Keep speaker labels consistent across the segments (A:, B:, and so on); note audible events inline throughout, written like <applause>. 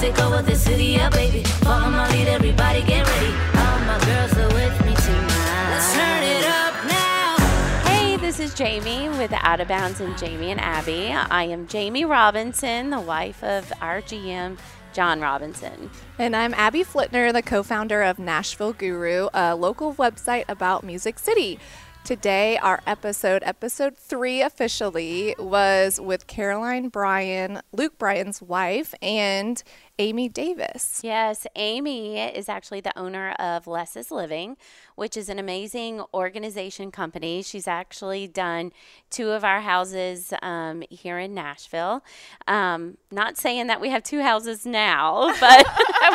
A: take over the city, yeah, baby. Follow my lead, everybody get ready. All my girls are with me tonight. Let's turn it up now.
B: Hey, this is Jamie with Out of Bounds and Jamie and Abby. I am Jamie Robinson, the wife of our GM, John Robinson.
C: And I'm Abby Flitner, the co founder of Nashville Guru, a local website about Music City. Today, our episode, episode three officially, was with Caroline Bryan, Luke Bryan's wife, and Amy Davis.
B: Yes, Amy is actually the owner of Less is Living, which is an amazing organization company. She's actually done two of our houses um, here in Nashville. Um, not saying that we have two houses now, <laughs> but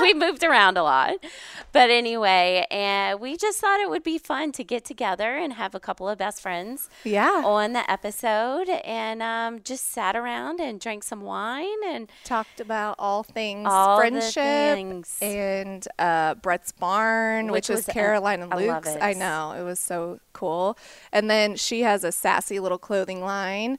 B: we moved around a lot. But anyway, and we just thought it would be fun to get together and have a couple of best friends
C: Yeah.
B: on the episode and um, just sat around and drank some wine and
C: Talked about all things
B: All the
C: friendship
B: things.
C: and uh, Brett's Barn, which,
B: Which
C: is
B: was a-
C: Caroline and
B: I love
C: Luke's. I
B: it.
C: know. It was so cool. And then she has a sassy little clothing line,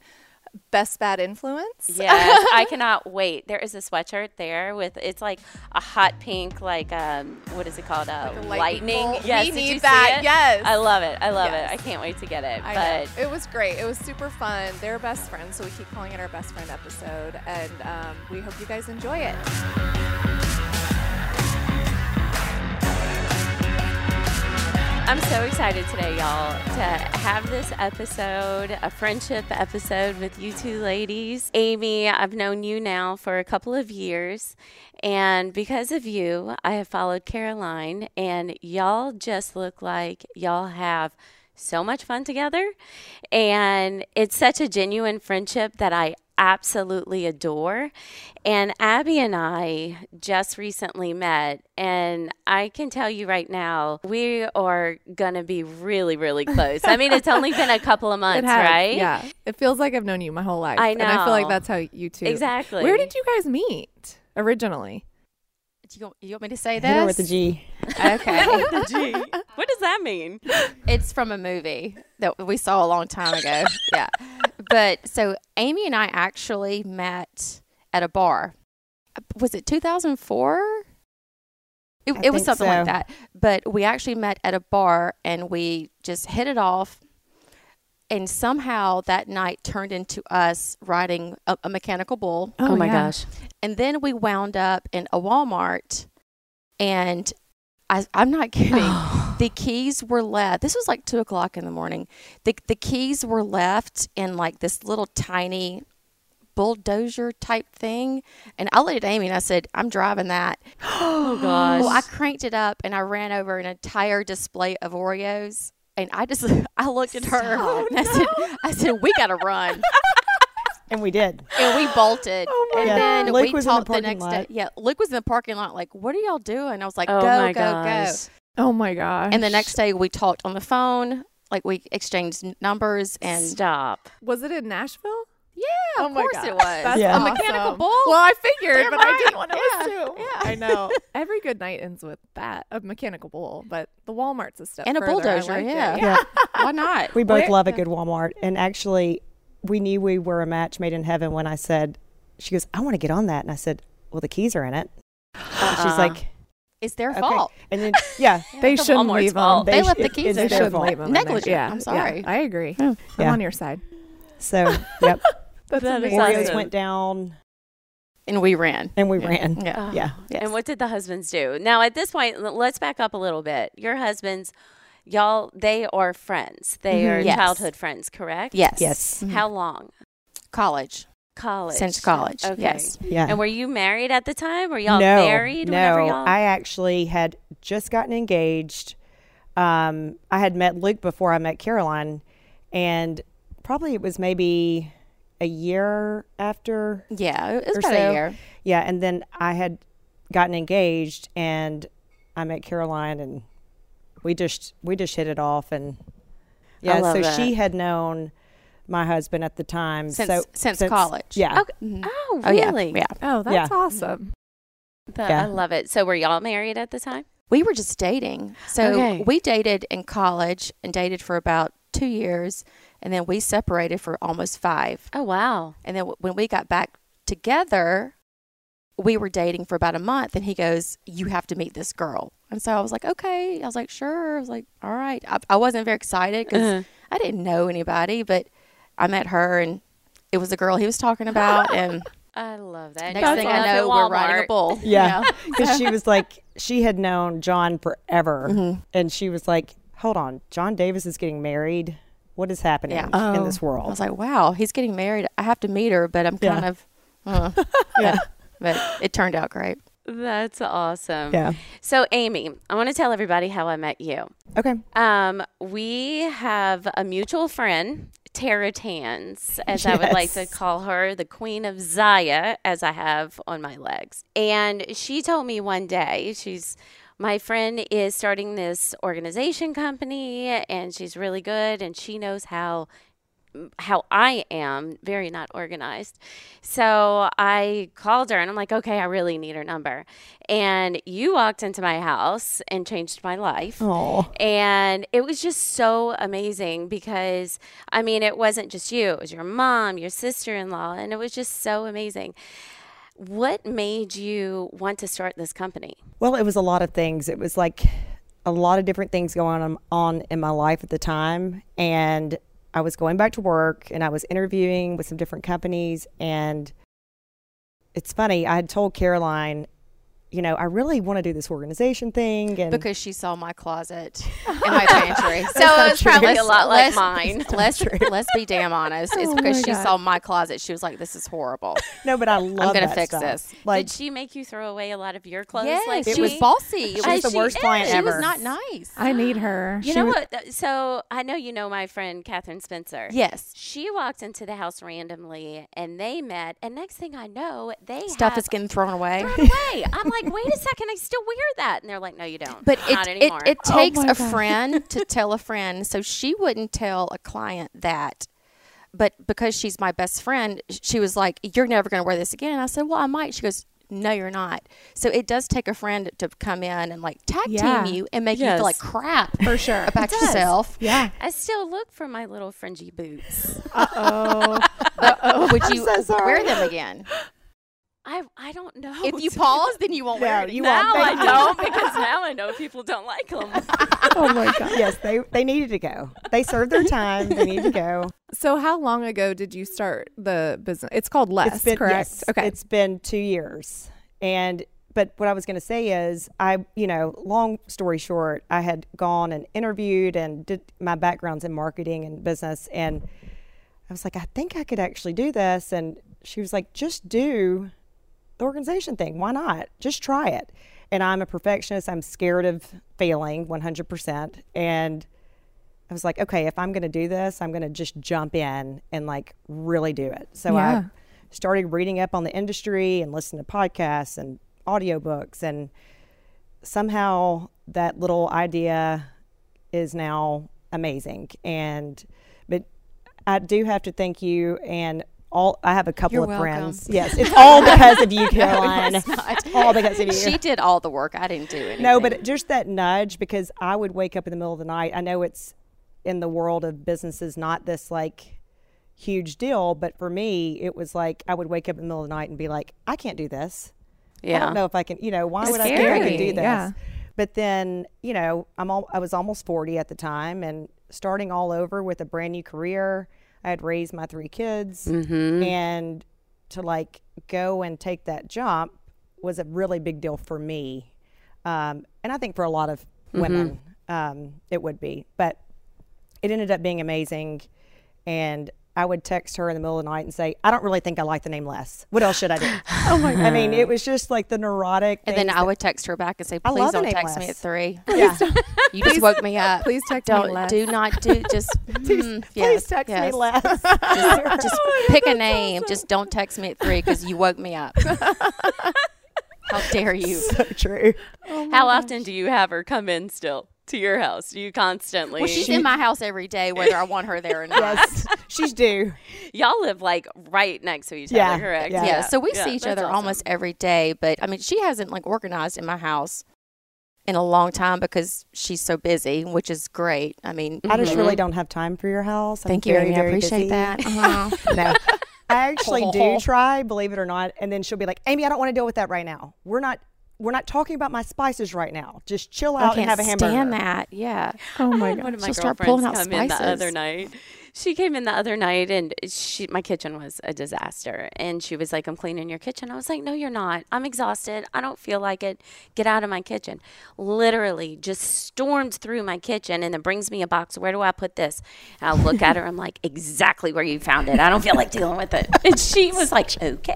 C: Best Bad Influence. <laughs>
B: Yes, I cannot wait. There is a sweatshirt there with it's like a hot pink, like um, what is it called?
C: a
B: Uh,
C: lightning
B: lightning.
C: bolt.
B: Yes,
C: We
B: did
C: need
B: you see
C: that.
B: it?
C: Yes.
B: I love it. I love
C: Yes.
B: it. I can't wait to get it.
C: I
B: but
C: know. It was great. It was super fun. They're best friends, so we keep calling it our best friend episode. And um, we hope you guys enjoy it.
B: I'm so excited today, y'all, to have this episode, a friendship episode with you two ladies. Amy, I've known you now for a couple of years, and because of you, I have followed Caroline, and y'all just look like y'all have so much fun together. And it's such a genuine friendship that I absolutely adore. And Abby and I just recently met, and I can tell you right now, we are going to be really, really close. I mean, it's only been a couple of months, right?
C: Yeah. It feels like I've known you my whole life.
B: I
C: And I feel like
B: know.
C: that's how you two.
B: Exactly.
C: Where did you guys meet originally?
D: Do you, you want me to say
E: Hit her with a
D: this?
E: G.
C: <laughs> Oh
D: Okay.
B: What does that mean?
D: it's from a movie that we saw a long time
E: <laughs>
D: ago. yeah. But so Amy and I actually met at a bar. Was it 2004? It,
E: I
D: it was
E: think
D: something like
E: so.
D: that. But we actually met at a bar and we just hit it off. And somehow that night turned into us riding a, a mechanical bull.
B: Oh, my gosh.
D: And then we wound up in a Walmart, and I, I'm not kidding. the keys were left. This was like two o'clock in the morning. The, the keys were left in like this little tiny bulldozer type thing. And I looked at Amy and I said, I'm driving that.
B: Oh, gosh.
D: Well, I cranked it up and I ran over an entire display of Oreos. And I just, <laughs> I looked at her and I said, I said, we got to run.
E: And we did.
D: and we bolted. and
E: God.
D: then
E: Luke
D: we
E: was in the
D: talked the,
E: parking
D: next day.
E: lot.
D: Yeah, Luke was in the parking lot, like, what are y'all doing? I was like,
B: Oh,
D: go,
B: my
D: go,
B: gosh.
C: Oh my gosh.
D: go. And the next day we talked on the phone, like, we exchanged n- numbers and.
B: Stop.
C: was it in Nashville?
D: Yeah,
C: Oh
D: of
C: my
D: course
C: gosh.
D: it was.
C: That's
E: Yeah.
D: A
C: awesome.
D: mechanical bull. <laughs>
C: Well, I figured, but I
D: right.
C: didn't want to
D: Yeah,
C: assume.
D: yeah.
C: I know. Every good night ends with that a mechanical bull, but the Walmart's a step
D: And a
C: further. I
D: bulldozer,
C: liked it.
D: yeah.
E: Yeah.
D: <laughs> Why not?
E: We both love a good Walmart. And actually, we knew we were a match made in heaven when I said, she goes, I want to get on that. And I said, well, the keys are in it. And
B: Uh-uh.
E: She's like,
D: It's their
E: okay.
D: Uh-huh. fault.
E: And then,
D: <laughs>
E: yeah.
C: They
B: the
C: shouldn't
B: Walmart's
C: leave them.
B: fault.
D: They left the
E: it-
D: keys
E: it's
D: in
C: They
D: their
E: their
C: shouldn't
E: fault.
C: leave them. in there.
D: Negligent.
C: Yeah,
D: I'm
C: yeah.
D: sorry.
C: I agree. Oh, I'm
E: Yeah.
C: on your side.
E: So,
D: <laughs>
E: yep.
C: <laughs> That's
B: That is
C: amazing.
E: Oreos went down
D: And we ran.
E: and we
D: Yeah.
E: ran.
D: Yeah.
B: Uh,
E: Yeah.
D: Yes.
B: And what did the husbands do? Now, at this point, l- let's back up a little bit. Your husbands, y'all, they are friends. They
E: Mhm.
B: are
D: Mm-hmm. Yes.
B: childhood friends, correct?
D: Yes. Mm-hmm.
E: Yes.
B: How long?
D: College.
B: College.
D: Since college.
B: Okay.
D: Yes.
E: Yeah.
B: And were you married at the time? Were y'all
E: no,
B: married? whenever
E: No,
B: y'all?
E: I actually had just gotten engaged. Um, I had met Luke before I met Caroline, and probably it was maybe a year after
D: Yeah. It was
E: or
D: about
E: so.
D: a year.
E: Yeah, and then I had gotten engaged, and I met Caroline, and we just we just hit it off, and yeah.
B: love
E: so
B: that.
E: she had known my husband at the time
D: Since-
E: so,
D: since college.
E: Yeah,
B: Okay. Oh,
D: Oh, yeah.
B: really?
D: Yeah.
C: Oh, that's
E: Yeah.
C: awesome.
B: But
E: Yeah.
B: I love it. So, were y'all married at the time?
D: We were just dating. So
B: Okay.
D: we dated in college and dated for about two years. And then we separated for almost five.
B: Oh, wow.
D: And then w- when we got back together, we were dating for about a month and he goes, You have to meet this girl. And so I was like, Okay. I was like, Sure. I was like, All right. I, I wasn't very excited because
B: Uh-huh.
D: I didn't know anybody, but I met her and it was the girl he was talking about. And
B: I love that.
D: next thing I know, we're riding a bull. you
E: Yeah.
D: know?
E: <laughs> Because she was
D: <laughs>
E: like, she had known John forever.
D: Mm-hmm.
E: And she was like, hold on, John Davis is getting married. What is happening
D: Yeah. Oh.
E: in this
D: I was
E: world?
D: like, Wow, he's getting married. I have to meet her, but I'm
E: Yeah.
D: kind of, <laughs> uh, but it turned out great.
B: That's awesome.
E: Yeah.
B: So, Amy, I want to tell everybody how I met you.
E: Okay.
B: Um, we have a mutual friend, Tara Tans, as I would like to
E: Yes.
B: call her, the Queen of Zaya, as I have on my legs. And she told me one day, she's my friend is starting this organization company and she's really good and she knows how how I am, very not organized. So I called her and I'm like, okay, I really need her number. And you walked into my house and changed my life.
E: Oh,
B: And it was just so amazing because, I mean, it wasn't just you, it was your mom, your sister in law, and it was just so amazing. What made you want to start this company?
E: well, it was a lot of things. It was like a lot of different things going on, on in my life at the time. And I was going back to work and I was interviewing with some different companies. And it's funny, I had told Caroline, you know, I really want to do this organization thing. And
D: because she saw my <laughs> closet and my pantry. So
B: not
D: it was
B: true.
D: probably
B: That's
D: a lot
B: let's-
D: like mine. <laughs> Let's let's be damn honest. <laughs> It's because she saw my closet. She was like, "This is <laughs> horrible."
E: no, but I love
D: gonna
E: that
D: fix
E: stuff.
D: this.
E: Like,
B: Did she make you throw away a lot of your clothes? like
D: it
B: she
D: was bossy. It
E: She was
D: was
E: the
B: she
E: worst client
B: is.
D: Uh, she
E: ever.
D: was not nice.
C: I need her.
B: You know what? Th- So I know you know my friend Catherine Spencer.
D: Yes,
B: She walked into the house randomly and they met. And next thing I know, they
D: stuff
B: have
D: is getting thrown away.
B: thrown
D: <laughs>
B: away. I'm like, wait a second, I still wear that. And they're like, no, you don't.
D: But
B: not
D: it, it
B: anymore.
D: it takes a friend to tell a friend. So she wouldn't tell a client that. But because she's my best friend, sh- she was like, "You're never going to wear this again." And I said, "Well, I might." She goes, "No, you're not." So it does take a friend to come in and like tag
C: Yeah.
D: team you and make you
B: Yes.
D: feel like crap
C: For sure.
D: about yourself.
C: Yeah.
D: <laughs>
B: I still look for my little fringy boots.
C: <laughs>
E: <laughs>
C: Oh.
D: Would you wear them again?
B: I I don't know. <laughs>
D: If you pause, then you won't wear
E: No,
D: it.
E: you
B: now
E: won't.
B: I
E: Thank
D: <laughs>
E: you.
B: don't because now I know people don't like them.
E: oh my god. <laughs> Yes, they they needed to go. They served their time. They needed to go.
C: So how long ago did you start the business? It's called Less,
E: It's been
C: correct?
E: yes,
C: okay.
E: It's been two years, and but what I was going to say is I you know long story short, I had gone and interviewed and did my backgrounds in marketing and business, and I was like, I think I could actually do this, and she was like, just do the organization thing. Why not? Just try it. And I'm a perfectionist. I'm scared of failing 100%. And I was like, okay, if I'm going to do this, I'm going to just jump in and like really do it. So
C: Yeah.
E: I started reading up on the industry and listening to podcasts and audiobooks. And somehow that little idea is now amazing. And, but I do have to thank you and all, I have a couple
D: You're
E: of
D: welcome.
E: friends. Yes, it's all because
D: <laughs>
E: of you, Caroline. It's all because of you.
D: She did all the work. I didn't do anything.
E: no, but just that nudge because I would wake up in the middle of the night. I know it's in the world of businesses not this like huge deal, but for me it was like I would wake up in the middle of the night and be like, I can't do this. I don't know if I can, you know, why
B: It's
E: would I think I
B: scary,
E: can do this?
C: yeah.
E: But then, you know, I'm all, I was almost 40 at the time and starting all over with a brand new career. I had raised my three kids
B: Mm-hmm.
E: and to like go and take that jump was a really big deal for me. Um, and I think for a lot of
B: Mm-hmm.
E: women, um, it would be. But it ended up being amazing. And I would text her in the middle of the night and say, I don't really think I like the name Les. What else should I do? <laughs> oh my God. I mean, it was just like the neurotic.
D: And then
E: things
D: I would text her back and say,
E: I
D: "Please
E: love
D: don't
E: an
D: text me
E: A-plus.
D: at three.
E: <laughs>
D: Yeah. you just woke me up.
C: Please text me
D: don't
C: less.
D: do not do just mm, yes,
E: <laughs> Please text
D: yes.
E: me
D: <laughs>
E: less.
D: Just,
E: <laughs>
D: just pick a name. Just don't text me at three because you woke me <laughs> up. How dare you?
E: so true.
D: Oh
B: How often do you have her come in still to your house? Do you constantly?
D: Well, she's in my house every day, whether I want her there or not.
E: Yes, she's due.
B: Y'all live like right next to each
E: Yeah,
B: other, correct?
E: yeah.
D: yeah, so we
B: Yeah,
D: see each
B: that's
D: other
B: awesome.
D: almost every day but i mean she hasn't like organized in my house in a long time because she's so busy which is great i mean
E: I just really don't have time for your house. I'm
D: Mm-hmm. thank you
E: very,
D: Amy. i <laughs>
E: very
D: appreciate
E: busy.
D: that uh-huh.
E: <laughs> No, I actually
D: <laughs>
E: do try, believe it or not. And then she'll be like, Amy, I don't want to deal with that right now. We're not we're not talking about my spices right now. Just chill out and
D: can't
E: have a hamburger.
D: stand <laughs> that. Yeah.
B: Oh my god! One of my
D: She'll
B: girlfriends
D: start pulling out
B: come in the other
D: spices.
B: night. She came in the other night, and she my kitchen was a disaster. And she was like, "I'm cleaning your kitchen." I was like, "No, you're not. I'm exhausted. I don't feel like it. Get out of my kitchen." Literally, just storms through my kitchen, and then brings me a box. Where do I put this? And I look at her. I'm like, "Exactly where you found it. I don't feel like dealing with it." And she was like,
D: <laughs>
B: "Okay."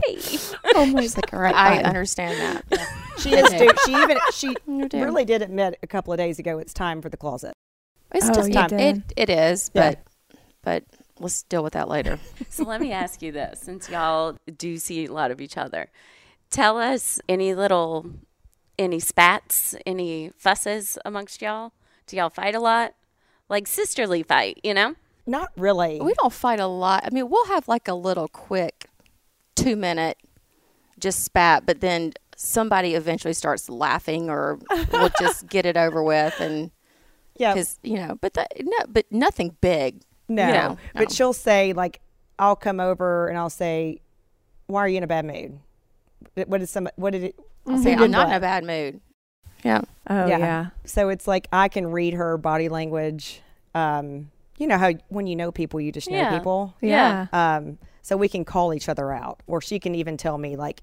D: Oh my She's like, all right, I understand that.
E: She is do she even she
D: You do.
E: really did admit a couple of days ago it's time for the closet.
D: It's
F: Oh,
D: just
F: you
D: it,
F: did.
D: it, it is,
E: Yeah.
D: but but let's deal with that later.
B: So let me ask you this since y'all do see a lot of each other. Tell us any little, any spats, any fusses amongst y'all? Do y'all fight a lot? Like sisterly fight, you know?
E: Not really.
D: we don't fight a lot. I mean, we'll have like a little quick two minute just spat, but then somebody eventually starts laughing or we'll
E: <laughs>
D: just get it over with and
E: yeah.
D: because you know, but that, no, but nothing big.
E: No,
D: you know,
E: but she'll say like, "I'll come over and I'll say, why are you in a bad mood? What- What is some? What did it?
D: I'll say Mm-hmm.
E: who
D: I'm
E: did
D: not in
E: what?"
D: a bad mood. Yeah,
F: Oh
E: Yeah.
F: yeah.
E: So it's like I can read her body language. Um, you know how when you know people, you just know
B: Yeah.
E: people.
B: Yeah.
F: Yeah.
E: Um, so we can call each other out, or she can even tell me like,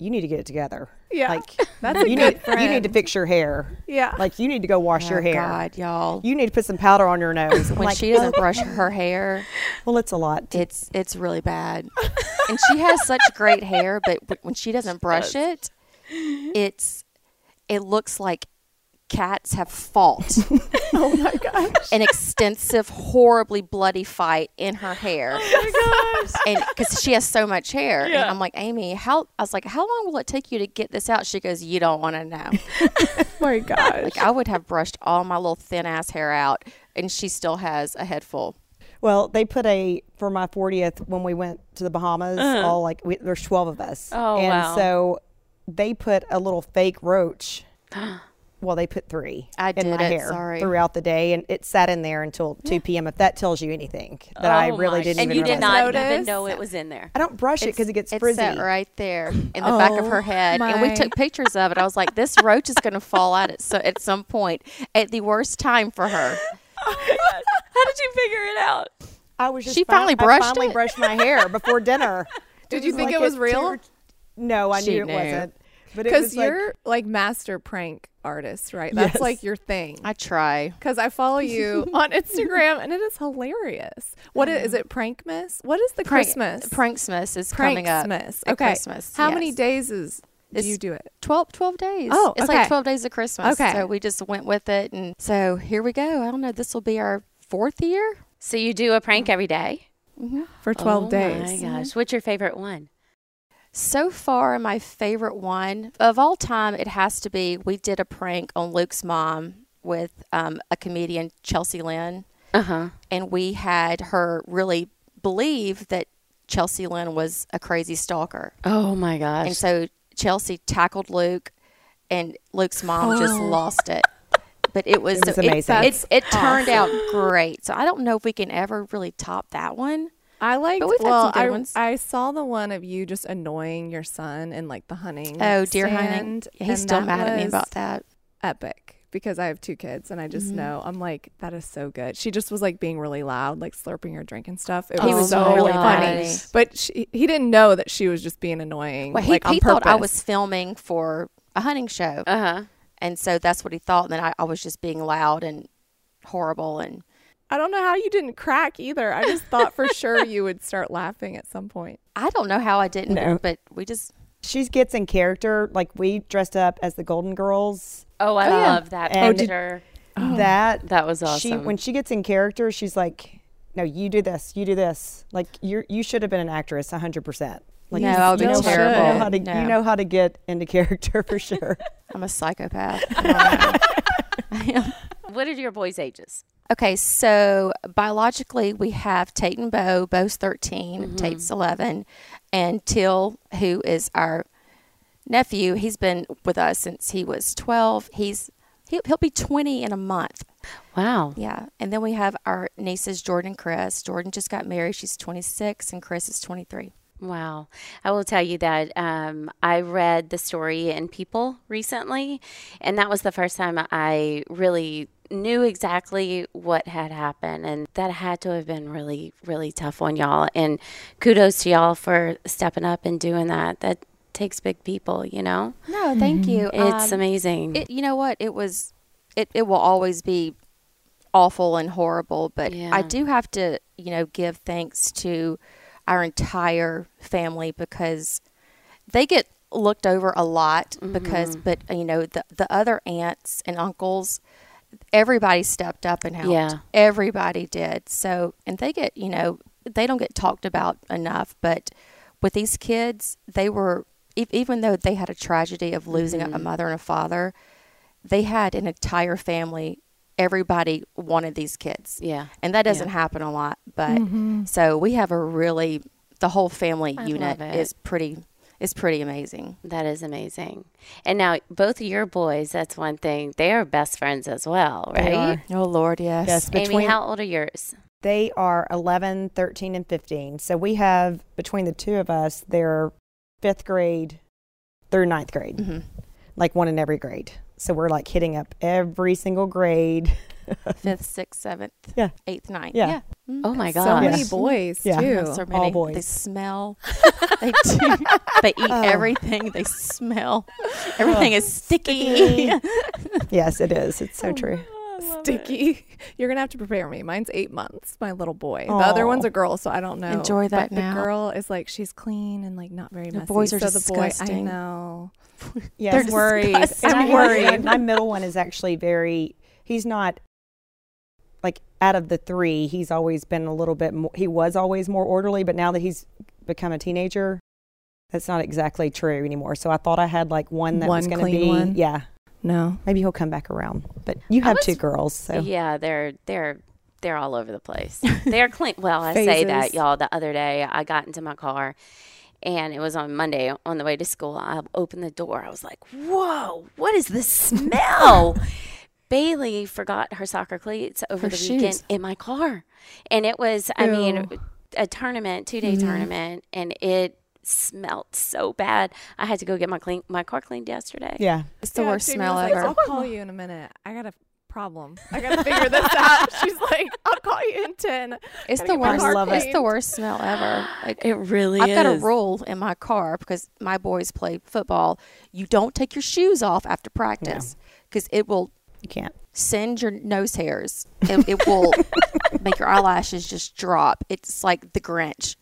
E: "You need to get it together.
C: Yeah.
E: Like
C: That's a
E: you
C: good
E: need you need to fix your hair.
C: <laughs> Yeah.
E: Like you need to go wash your
D: Oh,
E: hair.
D: God, y'all.
E: You need to put some powder on your nose. I'm
D: <laughs> when
E: like,
D: she
E: <laughs>
D: doesn't brush her hair,
E: well, it's a lot. to-
D: it's it's really bad. and she <laughs> has such great hair, but w- when she doesn't brush it, it's it looks like cats have fought. <laughs> oh my gosh! An extensive, horribly bloody fight in her hair. Oh my gosh! And because she has so much hair, and I'm like, Amy, how? I was like, how long will it take you to get this out? She goes, you don't want to know.
E: Oh
F: my
C: <laughs>
F: God.
D: like I would have brushed all my little thin ass hair out, and she still has a head full.
E: Well, they put a for my 40th when we went to the Bahamas.
D: Uh-huh.
E: All like we, there's 12 of us.
B: Oh,
E: and
B: wow.
E: so they put a little
D: <gasps>
E: fake roach. well, they put three
D: I
E: in my
D: did it,
E: hair
D: sorry.
E: throughout the day, and it sat in there until 2 p.m. If that tells you anything, that I
B: Oh
E: really
B: my-
E: didn't.
B: And
E: even
B: you did not
E: realize.
B: even
C: Notice?
B: know it was in there.
E: I don't brush it because it gets
D: It's
E: frizzy.
D: set right <clears throat> there in the back of her head, and we
F: my.
D: took pictures of it. I was like, "This roach is going to fall out at so at some point at the worst time for her."
B: How did you figure it out?
E: I was just
D: She
E: fin-
D: finally
E: I
D: brushed
E: finally
D: it.
E: brushed my hair before dinner.
C: Did you
E: was
C: think
E: like
C: it was
E: a
C: real?
E: terror- no, I
D: She
E: knew it
D: knew.
E: wasn't. But it
C: Because
E: was like-
C: you're like, master prank artist, right? That's
E: Yes.
C: like your thing.
D: I try.
C: Because I
D: <laughs>
C: follow you on Instagram and it is hilarious. What is, is it? Prank miss? What is the Christmas?
D: Pranksmas is Um, coming up.
C: Pranksmas.
D: at
C: Okay.
D: Christmas,
C: How many
D: yes.
C: days is do
D: It's-
C: you do it?
D: 12, 12 days.
C: Oh,
D: it's
C: okay.
D: like twelve days of Christmas.
C: Okay.
D: so we just went with it, and so here we go. I don't know. This will be our fourth year.
B: So you do a prank every day?
D: Mm-hmm.
C: For 12
B: Oh
C: days.
B: my gosh. What's your favorite one?
D: So far, my favorite one of all time, it has to be we did a prank on Luke's mom with um, a comedian, Chelsea Lynn.
B: Uh huh.
D: and we had her really believe that Chelsea Lynn was a crazy stalker.
B: Oh my gosh.
D: And so Chelsea tackled Luke, and Luke's mom just lost it. But it was,
E: It was amazing.
D: Oh. It, it, turned out great. So I don't know if we can ever really top that one.
C: I like.
D: we've had
C: Well,
D: some good
C: I
D: ones.
C: I saw the one of you just annoying your son in like the hunting.
D: Oh, dear honey.
C: stand,
D: He's
C: and
D: still
C: that
D: mad at me
C: was
D: about that. Mm-hmm.
C: Epic because I have two kids and I just know I'm like that is so good. She just was like being really loud, like slurping her drink and stuff. It
D: He
C: was
D: was
C: so
D: really
C: funny,
D: loud.
C: but she, he didn't know that she was just being annoying.
D: Well, he,
C: like, on
D: he thought I
C: purpose.
D: was filming for a hunting show.
B: uh huh.
D: and so that's what he thought. And then I, I was just being loud and horrible. And
C: I don't know how you didn't crack either. I just thought for <laughs> sure you would start laughing at some point.
D: I don't know how I didn't,
E: No.
D: but we just,
E: she gets in character. Like we dressed up as the Golden Girls.
B: Oh, I
E: Oh, yeah.
B: love that
E: And-
B: picture.
E: That
B: That was awesome.
E: She when she gets in character, she's like, "No, you do this. You do this. Like you you should have been an actress, hundred percent. Like
D: No,
E: you
D: I would've
E: know
D: been
E: how- you
D: terrible.
E: know how to-
D: No.
E: You know how to get into character for sure.
D: I'm a psychopath. I <laughs> don't know.
B: what are your boys' ages?
D: Okay, so biologically we have Tate and Bo. Bo's 13, Tate's 11, and Till, who is our nephew, he's been with us since he was 12. He's he, he'll be 20 in a month.
B: Wow.
D: Yeah. And then we have our nieces, Jordan and Chris. Jordan just got married. She's 26, and Chris is 23.
B: Wow. I will tell you that um, I read the story in People recently, and that was the first time I really knew exactly what had happened. And that had to have been really, really tough on y'all. And kudos to y'all for stepping up and doing that. That takes big people, you know?
D: No, thank you.
B: It's
D: Um,
B: amazing.
D: It, you know what? It was, it, it will always be awful and horrible, but
B: Yeah.
D: I do have to, you know, give thanks to our entire family because they get looked over a lot
B: Mm-hmm.
D: because, but, you know, the, the other aunts and uncles, everybody stepped up and helped.
B: Yeah.
D: Everybody did. So, and they get, you know, they don't get talked about enough, but with these kids, they were, e- even though they had a tragedy of losing a- a
B: Mm-hmm.
D: mother and a father, they had an entire family. Everybody wanted these kids.
B: Yeah.
D: And that doesn't happen a lot, but so we have a really, the whole family unit
B: love it.
D: is pretty, is pretty amazing.
B: That is amazing. And now both of your boys, that's one thing. They are best friends as well, right?
D: Oh Lord, yes.
E: Yes,
B: Amy,
E: between
B: how old are yours?
E: they are 11, 13, and 15. So we have between the two of us, they're fifth grade through ninth grade,
C: Mm.
D: Mm-hmm.
E: like one in every grade. So we're like hitting up every single grade. <laughs>
D: Fifth, sixth, seventh,
E: Yeah.
D: eighth, ninth.
E: Yeah.
D: Mm,
B: Oh my
C: So
B: gosh.
E: Yeah.
C: many boys
E: Yeah.
C: too.
D: That's so
E: All
D: many. They
E: boys.
D: smell. <laughs> they do. They eat everything. They smell. Everything is <laughs> sticky.
E: yes, it is. It's
C: Oh,
E: so true.
C: sticky. <laughs> You're gonna have to prepare me. Mine's eight months. My little boy. The other
E: Aw.
C: one's a girl, so I don't know.
D: Enjoy that
C: but
D: now.
C: The girl is like she's clean and like not very
D: The
C: messy.
D: boys are
C: so the boy, I
D: disgusting.
C: know.
E: Yes,
C: I'm worried.
E: And
C: I'm
E: I have-
C: worried.
E: My middle one is actually very. He's not like out of the three. He's always been a little bit. more He was always more orderly, but now that he's become a teenager, that's not exactly true anymore. So I thought I had like one that was
C: One
E: going to
C: clean
E: be.
C: one?
E: Yeah,
C: No.
E: maybe he'll come back around. But you
B: I
E: have
B: was-
E: two girls, so
B: Yeah, they're they're they're all over the <laughs> place. They're clean. Well, I say that
C: Phases.
B: y'all. The other day, I got into my car, and it was on Monday on the way to school. I opened the door. I was like, "Whoa, what is this <laughs> smell?" Bailey forgot her soccer cleats over the weekend in my car, and it was. I mean, a tournament, two day tournament, and it smelled so bad. I had to go get my clean my car cleaned yesterday.
E: yeah.
D: It's the
C: Oh,
D: worst smell
C: like,
D: ever.
C: I'll call you in a minute. I got a problem. I gotta figure this out. <laughs> She's like, I'll call you in ten.
D: it's
C: gotta
D: the
C: get my
D: worst.
C: car
D: It's the
C: cleaned.
D: worst smell ever. Like,
B: It really
D: I've
B: is.
D: got a rule in my car because my boys play football. You don't take your shoes off after practice because it will
E: You can't.
D: send your nose hairs. It, it will make your eyelashes just drop. It's like the Grinch.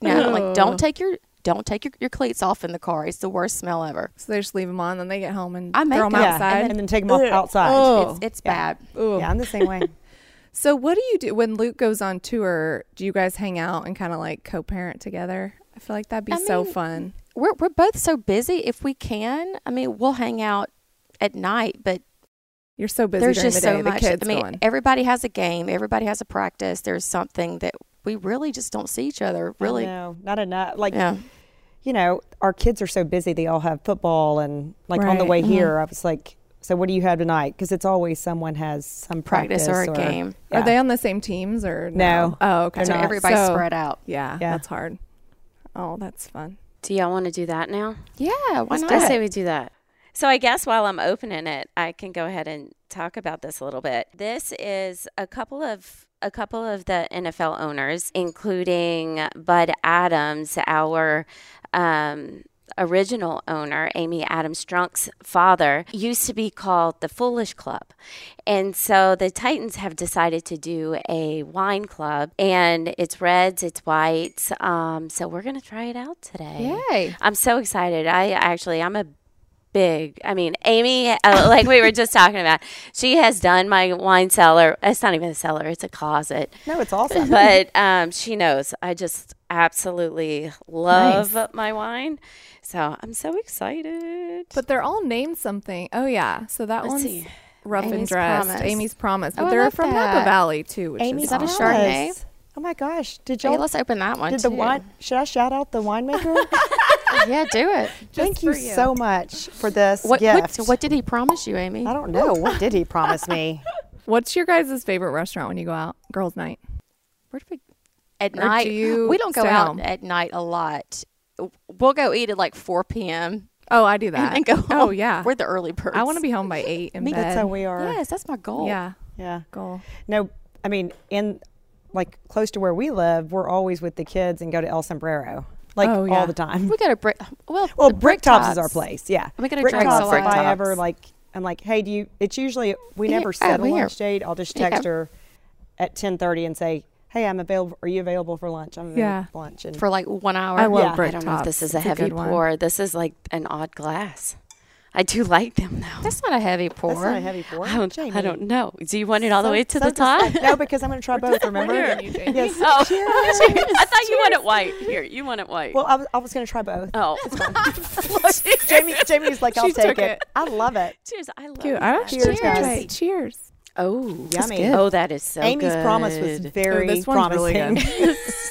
D: No, like don't take your don't take your, your cleats off in the car. It's the worst smell ever.
C: So they just leave them on, then they get home and
D: I make
C: throw them
D: them. Yeah,
C: outside.
E: and then take them off outside.
C: Oh.
D: It's, it's
E: Yeah.
D: bad.
E: Yeah, I'm the same way.
C: So what do you do when Luke goes on tour? Do you guys hang out and kind of like co-parent together? I feel like that'd be
D: I
C: so
D: mean,
C: fun.
D: We're we're both so busy. If we can, I mean, we'll hang out at night, but
C: You're so busy
D: there's
C: during
D: just
C: the day.
D: so
C: the
D: much.
C: kids
D: I mean,
C: going.
D: everybody has a game. Everybody has a practice. There's something that we really just don't see each other. Really,
E: No, not enough. Like
D: yeah.
E: you know, our kids are so busy. They all have football and like on the
C: Right. Mm-hmm.
E: way here, I was like, so what do you have tonight? Because it's always someone has some
D: Practice
E: practice,
D: or a game.
C: Are
E: yeah.
C: they on the same teams or no?
E: No,
C: Oh, okay.
E: they're
D: So
E: not.
D: everybody's
C: So-
D: spread out.
C: Yeah,
E: Yeah.
C: that's hard. Oh, that's fun.
B: Do y'all want to do that now?
D: Yeah, why not?
B: I say we do that. So I guess while I'm opening it, I can go ahead and talk about this a little bit. This is a couple of a couple of the NFL owners, including Bud Adams, our um, original owner, Amy Adams Strunk's father, used to be called the Foolish Club. And so the Titans have decided to do a wine club, and it's reds, it's whites. Um, so we're going to try it out today.
D: Yay.
B: I'm so excited. I actually, I'm a big, I mean, Amy, uh, <laughs> like we were just talking about, she has done my wine cellar. It's not even a cellar, it's a closet.
E: No, <laughs> it's awesome.
B: But um, she knows. I just absolutely love my wine. So I'm so excited.
C: But they're all named something. Oh yeah. So that
B: Let's
C: one's
B: see.
C: rough and
D: Amy's
C: dressed.
D: Promise.
C: Amy's promise.
D: Oh,
C: But
D: I
C: they're
D: love
C: from
D: that.
C: Napa Valley too, which
E: Amy
C: is
D: Is that a
C: awesome.
D: Chardonnay?
E: Thomas. Oh my gosh! Did
D: Hey,
E: y'all?
D: let's open that one.
E: did the
D: too.
E: wine? Should I shout out the winemaker?
D: <laughs> Yeah, do it.
E: Thank you,
C: for you.
E: so much for this
D: What,
E: gift.
D: what, what did he promise you, Amy?
E: I don't know. What did he promise me?
F: What's your guys' favorite restaurant when you go out? Girls' night.
D: Where do we at
F: Or
D: night?
F: do you
D: <gasps> we don't go
F: stay
D: out
F: home?
D: at night a lot. We'll go eat at like 4 p.m.
F: Oh, I do that.
D: and then go home.
F: <laughs> Oh yeah.
D: We're the early birds.
F: I want to be home by eight in
E: I think
F: bed.
E: that's how we are.
D: Yes, that's my goal.
F: Yeah.
E: Yeah.
F: Goal.
E: No, I mean, in like close to where we live, we're always with the kids and go to El Sombrero like
F: Oh, yeah.
E: all the time.
D: We got to brick. Well,
E: Well,
D: the
E: Brick Tops is our place. Yeah.
B: Oh
D: And we gotta
E: Brick
D: drink
E: Tops.
D: a lot.
E: if
D: Brick
E: I ever
D: Tops.
E: like, I'm like, hey, do you? It's usually we
D: Yeah,
E: never
D: oh,
E: settle
D: we
E: on
D: are-
E: a date. I'll just
D: Yeah.
E: text her at 10:30 and say, hey, I'm available. Are you available for lunch? I'm available
F: Yeah.
E: for lunch. And
D: for like one hour.
F: I love
E: Yeah.
F: brick
B: I don't know
F: tops.
B: if this is a
F: It's
B: heavy
F: good one.
B: pour. This is like an odd glass. I do like them though.
D: That's not a heavy pour.
E: that's not a heavy pour.
B: <laughs> I don't,
E: Jamie.
B: I don't know. Do you want it all the
E: So-
B: way to
E: so
B: the top? <laughs>
E: disrespect- <laughs> No, because I'm going to try both. Remember? Yes.
B: Oh. <laughs>
E: Cheers.
B: I thought you wanted white. Here, you want it white.
E: Well, I was, I was going to try both.
B: oh.
D: <laughs>
E: Jamie, Jamie's like, I'll
F: She
E: take
F: took
E: it.
F: it.
E: I love it.
B: Cheers. I love
F: Cute.
B: that.
F: I actually
E: Cheers,
F: Cheers.
E: guys.
F: Cheers.
B: Oh,
E: Yummy. good.
B: Oh, that is so
E: Amy's
B: good.
E: promise was very
F: this one's really
E: promising.
F: good.
E: <laughs>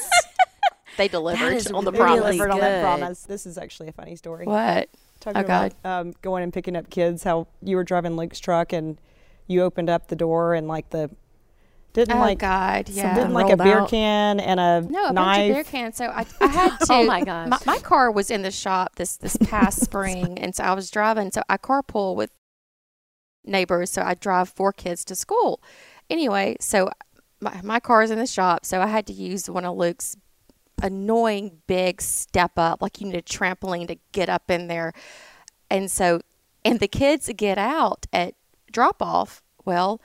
D: They delivered
B: is
D: on the
E: They
D: promise.
E: delivered on that
B: good.
E: <laughs> promise. This is actually a funny story.
D: What?
E: Talking
D: Oh, God.
E: about um, going and picking up kids, how you were driving Luke's truck and you opened up the door and like the didn't
D: Oh
E: like
D: God! Yeah.
E: didn't
F: something
E: like a
F: rolled
E: beer
F: out.
E: can and a
D: no, a
E: knife.
D: bunch of beer cans. So I, I had to.
B: Oh, my gosh.
D: My, my car was in the shop this this past spring, and so I was driving. So I carpool with neighbors. So I drive four kids to school. Anyway, so my my car's in the shop, so I had to use one of Luke's annoying big step up, like you need a trampoline to get up in there. And so, and the kids get out at drop off. Well,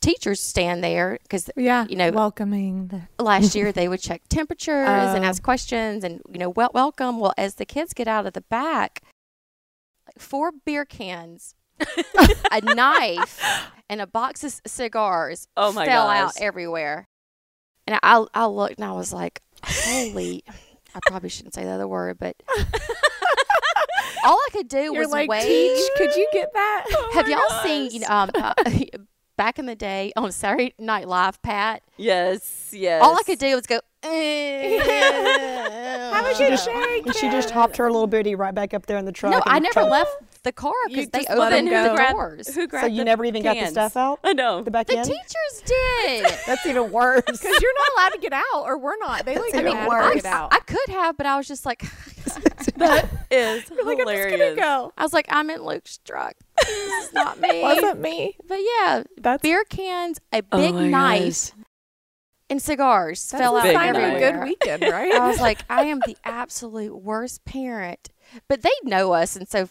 D: teachers stand there because
F: Yeah.
D: You know-
F: welcoming.
D: <gasps>
F: The-
D: last year they would check temperatures and
F: Oh.
D: ask questions and you know well welcome well as the kids get out of the back like four beer cans a knife and a box of c- cigars
B: Oh, my
D: fell out
B: gosh.
D: everywhere and I, I looked and i was like holy i probably shouldn't say the other word but all i could do
F: You're
D: was
F: like,
D: wait
F: teach. Could you get that?
D: <laughs> have
C: Oh
D: y'all seen you know, um, uh, <laughs> back in the day on saturday night live pat
B: Yes, yes.
D: all I could do was go. "Eh." How <laughs>
E: she just, and she just hopped her little booty right back up there in the truck.
D: No,
E: and
D: I never
E: tried-
D: left the car because they
B: just let
D: opened
B: 'em go.
D: the
B: Grab-
D: doors.
B: Who
E: So
B: grabbed
E: you
B: the
E: never even got the
B: cans?
E: stuff out.
B: I know.
E: The back
D: The
E: end.
D: teachers did.
B: <laughs>
E: That's even worse.
D: <laughs>
F: Because you're not allowed to get out, or we're not. They like
E: That's
F: get
E: even
F: out.
E: worse.
F: Get
D: I,
F: out.
D: I could have, but I was just like, <laughs>
B: that is
E: <laughs>
F: like, I'm just gonna
B: hilarious.
F: go.
D: I was like, I'm in Luke's truck. This
F: <laughs>
D: is not me.
F: Wasn't me.
D: but yeah,
F: That's
D: beer cans, a
B: Oh
D: big
B: my
D: knife, and cigars fell out
B: Big
F: sign of a
B: night.
F: good
D: everywhere.
F: weekend, right?
D: I was like, I am the absolute worst parent. But they know us, and so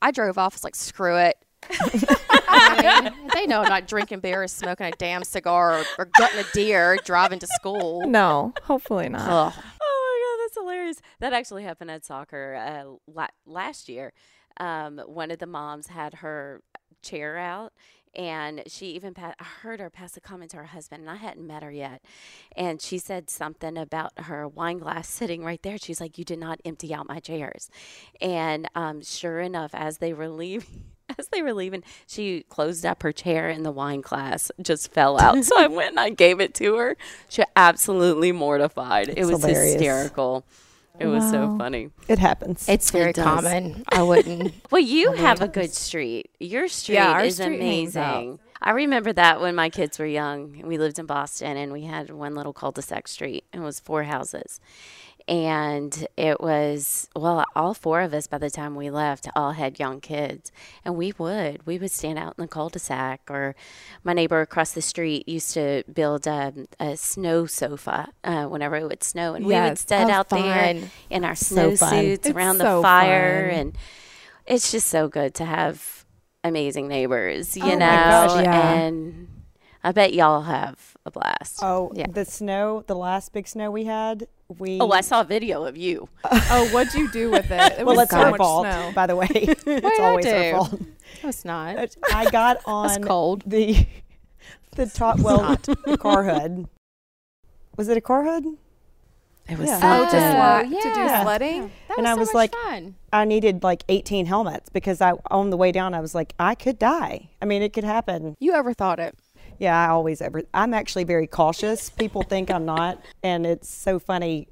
D: I drove off. I was like, screw it. <laughs> I mean, they know I'm not drinking beer or smoking a damn cigar or, or gutting a deer driving to school.
F: <laughs> no, hopefully not.
D: Ugh.
B: Oh my god, that's hilarious. That actually happened at soccer uh, la- last year. Um, one of the moms had her chair out, and she even pa- I heard her pass a comment to her husband, and I hadn't met her yet. And she said something about her wine glass <laughs> sitting right there. She's like, "You did not empty out my chairs," and um, sure enough, as they were leaving. <laughs> As they were leaving, she closed up her chair and the wine glass just fell out. so I went and I gave it to her. She absolutely mortified. It was
E: hilarious.
B: hysterical. It was so
F: Wow.
B: funny.
E: it happens.
D: It's very
B: does.
D: common. I wouldn't.
B: Well, you have a good street. Your street
F: our
B: is
F: street hangs out.
B: amazing. I remember that when my kids were young. and We lived in Boston and we had one little cul-de-sac street and it was four houses. And it was, well, all four of us by the time we left all had young kids. And we would, we would stand out in the cul-de-sac or my neighbor across the street used to build um, a snow sofa uh, whenever it would snow. And we would
F: Yes.
B: sit
D: Oh,
B: out
D: fun.
B: there in our
E: So fun.
B: snowsuits
F: It's
B: around
F: so
B: the fire
F: fun.
B: and it's just so good to have amazing neighbors, you
E: Oh my
B: know.
E: gosh,
F: yeah.
B: And I bet y'all have a blast.
E: oh,
B: yeah.
E: the snow. The last big snow we had. We
B: Oh, I saw a video of you.
F: oh, what'd you do with it? It
E: well,
F: was
E: it's
F: so
E: her
F: much
E: fault,
F: snow.
E: by the way. it's
D: I
E: always
D: do?
E: her fault.
D: No, it's not.
E: But <laughs> I got on
D: cold.
E: the <laughs> the top well the car hood. Was it a car hood?
B: It was
E: Yeah.
F: Oh,
B: so
F: to,
B: good.
D: Oh,
F: slide, to
D: yeah.
F: do sledding?
D: That
E: and
D: was
E: I
D: so
E: was
D: much
E: like-
D: fun.
E: I needed like 18 helmets because I on the way down I was like I could die. I mean it could happen.
D: You overthought it.
E: Yeah, I always ever I'm actually very cautious. People think I'm not and it's so funny.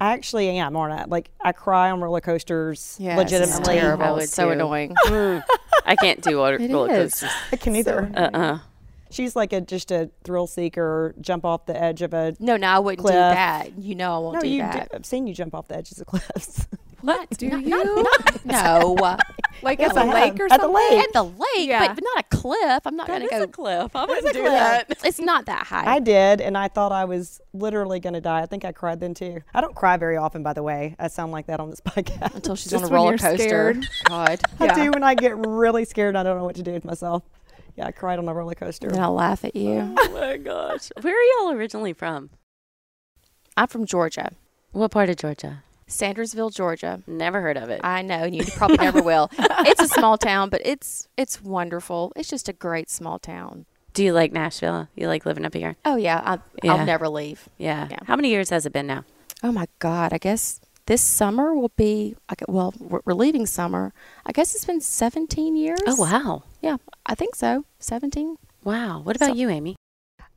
E: I actually am, aren't I? Like I cry on roller coasters
D: Yeah, it's
E: legitimately.
D: terrible.
B: I would
D: It's so
B: too.
D: annoying.
B: <laughs> I can't do roller,
D: It
B: roller
D: is.
B: coasters.
E: I can either.
B: Uh uh
E: she's like a just a thrill seeker, jump off the edge of a.
D: No, no, I wouldn't do
E: Cliff.
D: that. You know, I won't
E: no,
D: do
E: you. <laughs>
D: that.
E: Do, I've seen you jump off the edges of <laughs> cliffs.
D: What?
F: Do
D: Not-
F: you?
D: not- not- no.
F: like
E: Yes,
F: at the
E: I
F: lake
E: have.
F: or
E: At the
F: something?
E: lake.
D: At the lake,
F: Yeah.
D: but not a cliff. I'm not going to go.
B: cliff. I
E: wouldn't a do cliff. that.
D: <laughs> It's not that high.
E: I did, and I thought I was literally going to die. I think I cried then too. I don't cry very often, by the way. I sound like that on this <laughs> podcast.
D: until she's
F: Just
D: on a
F: when
D: roller
F: you're
D: coaster.
F: scared.
D: God.
E: I do when I get really scared. and I don't know what to do with myself. Yeah, I cried on a roller coaster.
D: Then I'll laugh at you.
B: Oh my gosh. Where are y'all originally from?
D: I'm from Georgia,
B: What part of Georgia?
D: Sandersville, Georgia.
B: Never heard of it.
D: I know and you probably never <laughs> will. It's a small town, but it's it's wonderful. It's just a great small town.
B: Do you like Nashville? You like living up here?
D: Oh yeah, I,
B: Yeah.
D: I'll never leave.
B: Yeah.
D: Yeah.
B: How many years has it been now?
D: Oh my God! I guess this summer will be. I gue- Well, we're we're leaving summer. I guess it's been 17 years.
B: Oh wow.
D: Yeah, I think so. 17.
B: Wow. What about
D: So-
B: you, Amy?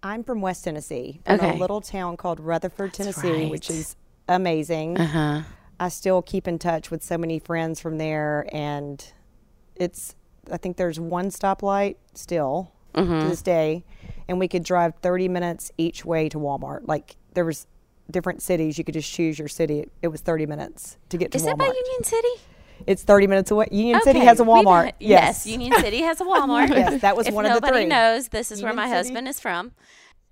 E: I'm from West Tennessee, from
B: Okay.
E: a little town called Rutherford,
B: That's
E: Tennessee, which
B: right. Uh.
E: is amazing.
B: huh.
E: I still keep in touch with so many friends from there, and it's. I think there's one stoplight still
B: Mm-hmm.
E: to this day, and we could drive 30 minutes each way to Walmart. Like there was different cities, you could just choose your city. It was 30 minutes to get to
B: Is
E: Walmart.
B: that by Union City?
E: It's 30 minutes away. Union City
B: Okay,
E: has a
B: we know-
E: Walmart.
B: Yes. Union City has a Walmart.
E: <laughs> Yes, that was
B: if
E: one of the
B: Nobody
E: three.
B: knows this is where my
E: Union City?
B: husband is from.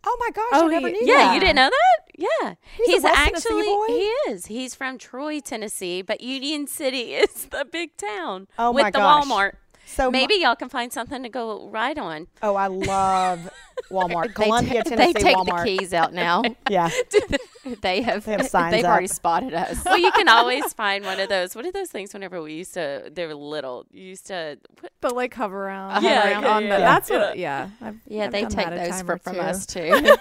E: Oh my gosh! I never
F: he-
E: knew
B: Yeah,
E: that.
B: you didn't know that? Yeah. He's,
E: a West Tennessee
B: actually
E: boy?
B: he is. He's from Troy, Tennessee, but Union <laughs> City is the big town
E: Oh
B: with
E: my
B: the
E: gosh.
B: Walmart.
E: So my-
B: maybe y'all can find something to go ride on.
E: Oh, I love
D: They
E: Walmart.
D: ta-
E: Columbia, Tennessee
D: They take
E: Walmart.
D: the keys out <laughs> now.
E: Yeah.
D: they have. <laughs>
E: They have signs
D: have already
E: up.
D: spotted <laughs> us.
B: Well, you can
E: <laughs>
B: always find one of those. What are those things? Whenever we used to, they were little. You used to. What?
F: But like hover around.
B: Yeah,
F: hover
B: Uh-huh. yeah,
F: around on
B: yeah,
F: the, that's
B: yeah.
F: what, yeah. I've,
D: Yeah,
F: I've
D: they
F: done
D: take
F: that a
D: those
F: time
D: for,
F: or
D: from
F: two.
D: us too.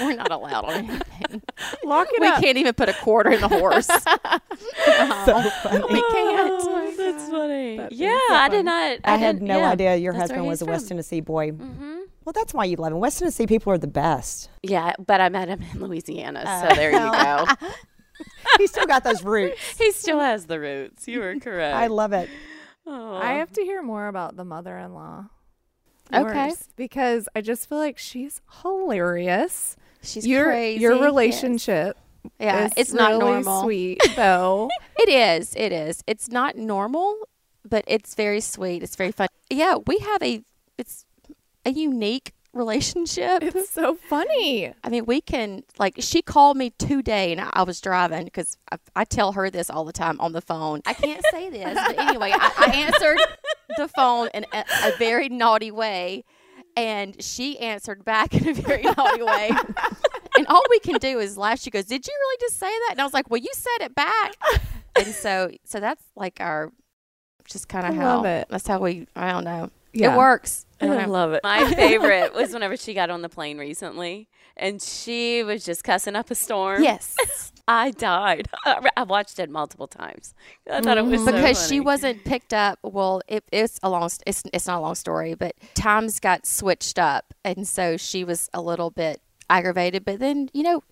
D: <laughs> We're not allowed on anything.
F: <laughs> Lock it
D: We
F: up.
D: can't even put a quarter in the horse.
E: so funny.
D: <laughs> we can't.
B: Oh, that's funny.
F: That is
B: yeah,
F: so
B: I
F: funny.
B: did not.
E: Uh, I, had
B: didn't-
E: no
B: yeah.
E: idea your
B: That's where
E: husband was
B: he's
E: a West
B: from. Mm-hmm.
E: Tennessee boy. Well, that's why you love him. West Tennessee people are the best.
B: Yeah, but I met him in Louisiana,
E: Uh,
B: so there
E: <laughs>
B: you go.
E: he still got those roots.
B: he <laughs> still has the roots. You were correct. <laughs>
E: I love it.
F: I have to hear more about the mother-in-law.
D: Okay.
F: yours, Because I just feel like she's hilarious.
D: She's
F: your
D: crazy.
F: your
D: yes.
F: relationship
D: Yeah,
F: is
D: it's not
F: really
D: normal.
F: sweet
D: <laughs>
F: though.
D: It is. It is. It's not normal, but it's very sweet. It's very fun. Yeah, we have a it's a unique relationship.
F: it's so funny.
D: I mean, we can like she called me today, and I was driving because I, I tell her this all the time on the phone. I can't say this, but anyway, I, I answered the phone in a, a very naughty way, and she answered back in a very naughty way. And all we can do is laugh. She goes, "Did you really just say that?" And I was like, "Well, you said it back." And so, so that's like our just kind
F: I
D: of how
F: love it.
D: that's how we. I don't know.
F: <laughs> Yeah.
D: It works. I don't
B: I
D: know.
B: love it. My favorite was whenever she got on the plane recently and she was just cussing up a
F: <laughs>
B: storm.
D: Yes.
B: I died. <laughs> I watched it multiple times. I thought it was so
D: because she
B: funny.
D: wasn't picked up. Well, it, it's a long. s- It's it's not a long story, but times got switched up, and so she was a little bit aggravated. But then you know,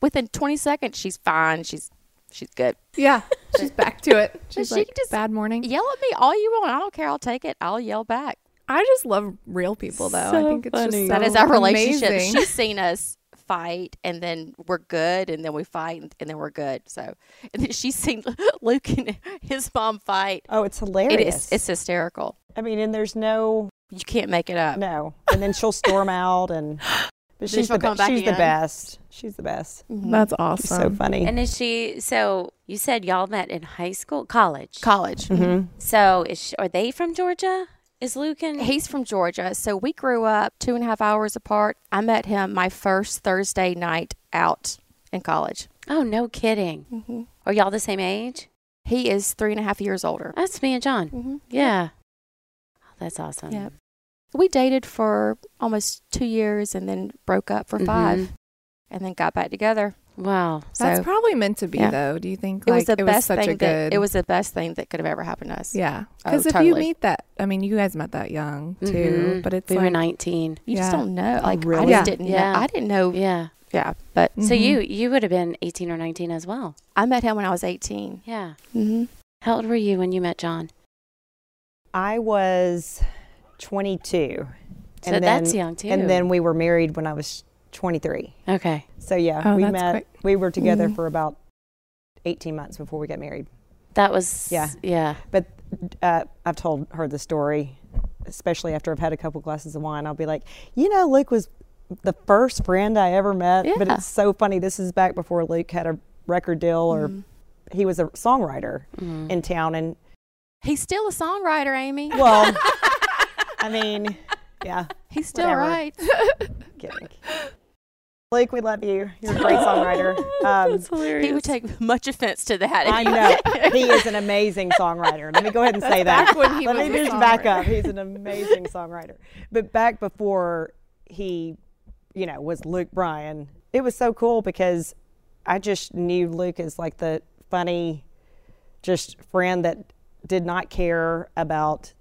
D: within 20 seconds, she's fine. She's she's good.
F: Yeah, she's back to it. She's
D: she
F: like,
D: just-
F: bad morning.
D: Yell at me all you want. I don't care. I'll take it. I'll yell back.
F: I just love real people though. I
B: So
F: think it's
B: funny.
F: just
D: That
F: so
D: is our relationship.
F: amazing.
D: She's seen us fight, and then we're good, and then we fight, and, and then we're good. So, and then she's seen <laughs> Luke and his mom fight.
E: Oh, it's
D: It
E: hilarious.
D: is. It's hysterical.
E: I mean, and there's no
D: You can't make it up.
E: no. And then she'll storm out and but she's
D: Uh, she'll
E: the be-
D: come back
E: she's
D: again.
E: the best. She's the best.
D: <laughs>
C: Mm-hmm.
F: That's
E: She's
F: awesome.
E: so funny.
B: And is she? So you said y'all met in high school, college.
D: College.
E: Mm-hmm.
B: so is she, are they from Georgia? Is Luke and
D: He's from Georgia. So we grew up two and a half hours apart. I met him my first Thursday night out in college.
B: Oh, no kidding. Are y'all the same age?
D: He is three and a half years older.
B: That's me and John.
D: Mm-hmm.
B: Yeah. Oh, that's awesome.
D: Yep. Um, We dated for almost two years and then broke up for five
B: Mhm.
D: and then got back together.
B: Wow.
F: That's
D: so
F: probably meant to be
D: yeah.
F: though. Do you think
D: it
F: like,
D: was the best
F: such
D: thing
F: a good
D: that it was the best thing that could have ever happened to us.
F: yeah.
D: Oh,
F: Because if you
D: totally.
F: meet that, I mean, you guys met that young too,
B: Mhm.
F: but it's
B: we
F: like,
B: were 19.
D: You just
F: Yeah.
D: don't know. Like I just
E: really?
F: Yeah.
D: didn't
B: Yeah.
D: know. I didn't know.
B: Yeah.
D: Yeah, but
B: So
E: Mm-hmm.
F: Mhm.
B: you you would have been 18 or 19 as well.
D: I met him when I was 18.
B: Yeah.
D: Mm-hmm.
B: How old were you when you met John?
E: I was 22.
B: So that's young, too.
E: And then we were married when I was 23.
B: Okay.
E: So yeah,
F: Oh,
E: we
F: that's
E: met.
F: quick.
E: We were together for about 18 months before we got married.
B: That was
E: Yeah.
B: Yeah.
E: But uh, I've told her the story, especially after I've had a couple glasses of wine. I'll be like, you know, Luke was the first friend I ever met. But
B: Yeah.
E: it's so funny. This is back before Luke had a record deal, or
D: Mm-hmm.
B: Mm-hmm.
E: he was a songwriter
B: Mm.
E: in town. And
D: He's still a songwriter, Amy.
E: well,
B: <laughs>
E: I mean, yeah,
D: He's still
E: whatever.
D: right.
E: kidding. Luke, we love you. You're a
B: <laughs>
E: great songwriter. Um,
B: That's hilarious.
D: He would take much offense to that.
E: I know he is an amazing songwriter. Let me go ahead and say that.
F: <laughs> when he
E: Let
F: was
E: me
F: a
E: just back
F: songwriter.
E: up. He's
D: <laughs>
E: an amazing songwriter. But back before he, you know, was Luke Bryan, it was so cool because I just knew Luke as like the funny, just friend that did not care about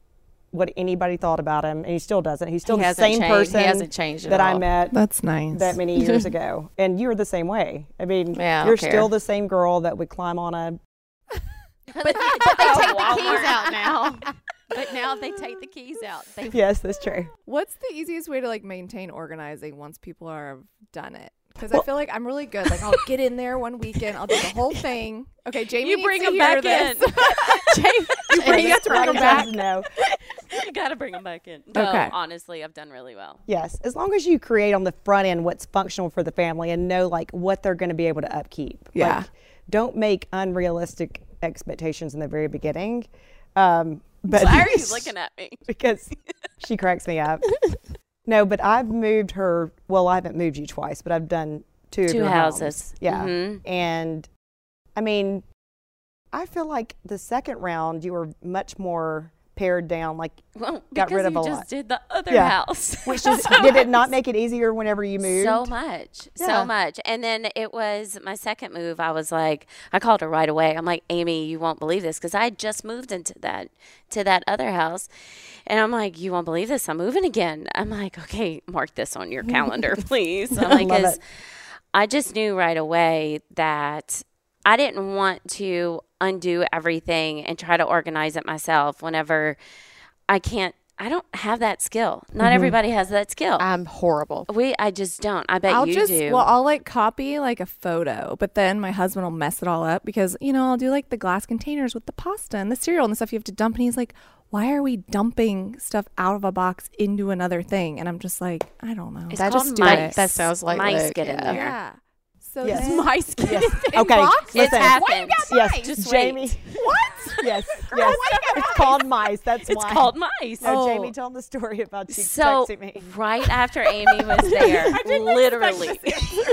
E: what anybody thought about him, and he still doesn't. He's still
D: He
E: the
D: hasn't
E: same
D: changed- he
E: person
D: hasn't changed at
E: that I
D: all.
E: met
F: That's nice.
E: that many
D: <laughs>
E: years ago, and you were the same way. I mean,
D: Yeah, I don't
E: you're
D: care.
E: still the same girl that would climb on a <laughs>
D: But they take the keys out
E: <laughs>
D: now. <laughs> But now they take the keys out. They
E: Yes, that's
D: <laughs>
E: true.
C: What's the easiest way to like maintain organizing once people are done it? Because I feel like I'm really good. Like I'll get in there one weekend, I'll do the
E: <laughs>
C: whole thing. Okay, Jamie,
B: You
C: needs
B: bring
C: to
B: him
C: hear
B: back
C: this.
B: in.
E: <laughs>
B: Jamie, you bring
E: Yes,
B: him back.
E: right,
B: back.
E: yes, No.
B: You gotta bring him back in. No,
F: Okay.
B: honestly, I've done really well.
E: Yes, as long as you create on the front end what's functional for the family and know like what they're going to be able to upkeep.
F: Yeah.
E: Like, don't make unrealistic expectations in the very beginning. Um, but
B: Why are you
E: <laughs>
B: looking at me?
E: because she cracks
B: <laughs>
E: me up. No, but I've moved her. Well, I haven't moved you twice, but I've done two, of
B: Two
E: your
B: houses.
E: homes. Yeah,
B: Mhm.
E: and I mean, I feel like the second round you were much more pared down. Like,
B: Well,
E: Got
B: because
E: rid of
B: you
E: a
B: just
E: lot.
B: did the other
E: Yeah.
B: house. <laughs>
E: which is, did it not make it easier whenever you moved?
B: So much,
E: Yeah.
B: so much. And then it was my second move. I was like, I called her right away. I'm like, Amy, you won't believe this because I had just moved into that to that other house, and I'm like, you won't believe this. I'm moving again. I'm like, okay, mark this on your
E: <laughs>
B: calendar, please. I'm like,
E: love
B: 'cause
E: it.
B: I just knew right away that I didn't want to undo everything and try to organize it myself. Whenever I can't, I don't have that skill. Not
E: Mm-hmm.
B: everybody has that skill.
D: I'm horrible.
B: We, I just don't. I bet
C: I'll
B: you
C: just
B: do.
C: well, I'll like copy like a photo, but then my husband will mess it all up because you know I'll do like the glass containers with the pasta and the cereal and the stuff you have to dump, and he's like, "Why are we dumping stuff out of a box into another thing?" And I'm just like, "I don't know."
B: It's
D: That
B: called
D: just do it.
B: mice.
D: That sounds like
B: mice
D: Luke,
B: get in
D: yeah.
B: there.
D: <laughs>
C: yeah. So
E: Yes.
C: then-
D: My skin.
E: Yes. okay.
B: It's
E: Listen.
B: happened.
E: Yes.
B: Just wait.
E: Jamie. <laughs>
B: <laughs>
E: What? Yes. yes. It's called mice. That's
B: It's
E: why.
B: called mice.
E: No, Jamie, tell them the story about you
B: Oh. so
E: texting me.
B: right
D: <laughs>
B: after Amy was there, literally,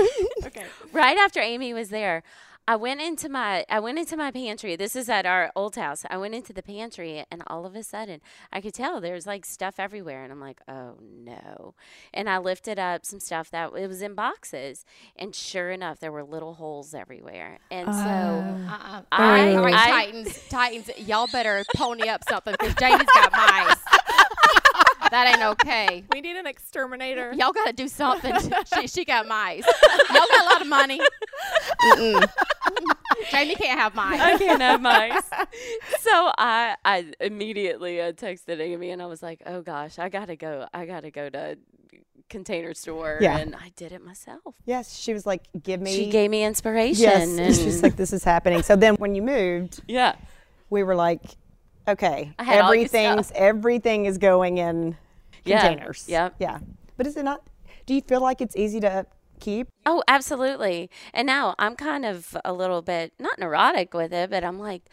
D: <laughs>
B: right after Amy was there, I went into my I went into my pantry. This is at our old house. I went into the pantry, and all of a sudden, I could tell there's like stuff everywhere, and I'm like, oh no! And I lifted up some stuff that it was in boxes, and sure enough, there were little holes everywhere, and so.
D: Uh-uh.
B: I-
D: all right,
B: I-
D: Titans, Titans, y'all better pony up something because Jamie's got <laughs> mice. that ain't okay.
C: we need an exterminator.
D: Y'all got to do <laughs> something. she, she got mice. Y'all got a lot of money. Mm-mm. <laughs> Jamie can't have mice.
B: I can't have
E: <laughs>
B: mice. So I, I immediately uh, texted Amy and I was like, oh gosh, I gotta go. I gotta go to container store.
E: Yeah.
B: And I did it myself.
E: Yes. She was like, "Give me."
B: She gave me inspiration.
E: Yes.
B: And
E: <laughs> She's like, "This is happening." So then, when you moved,
B: yeah.
E: we were like, "Okay,
B: I had all your
E: everything's everything is going in
B: Yeah.
E: containers."
B: Yep.
E: Yeah. But is it not? Do you feel like it's easy to keep?
B: Oh, absolutely. And now I'm kind of a little bit not neurotic with it, but I'm like,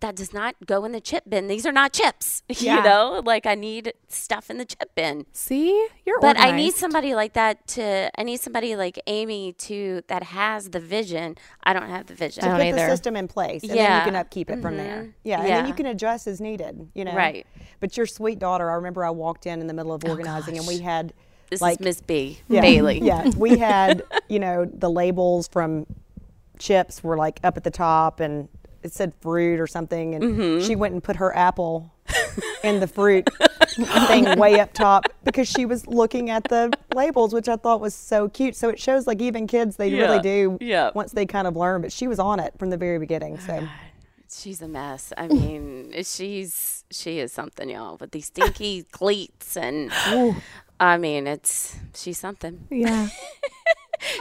B: that does not go in the chip bin. These are not chips. <laughs> You know, like I need stuff in the chip bin.
C: See, you're
B: But
C: organized.
B: I need somebody like that to. I need somebody like Amy to that has the vision. I don't have the vision.
E: to get the system in place, and then
B: Yeah.
E: you can upkeep it from there.
B: Mhm.
E: Yeah, and then you
B: Yeah.
E: can adjust as needed. You know,
B: Right. Oh,
E: But your sweet daughter, I remember I walked in in the middle of organizing, and we had
B: This
E: like
B: is Miss B
E: yeah,
B: Bailey.
E: Yeah,
B: <laughs>
E: we had you know the labels from chips were like up at the top, and it said fruit or something, and
B: Mm-hmm.
E: she went and put her apple in the fruit
B: <laughs>
E: thing way up top because she was looking at the labels, which I thought was so cute. So it shows like even kids they really
B: Yeah,
E: do
B: yeah.
E: once they kind of learn. But she was on it from the very beginning. So.
B: She's a mess. I mean, she's she is something, y'all, with these stinky cleats and I mean, it's she's something.
F: Yeah.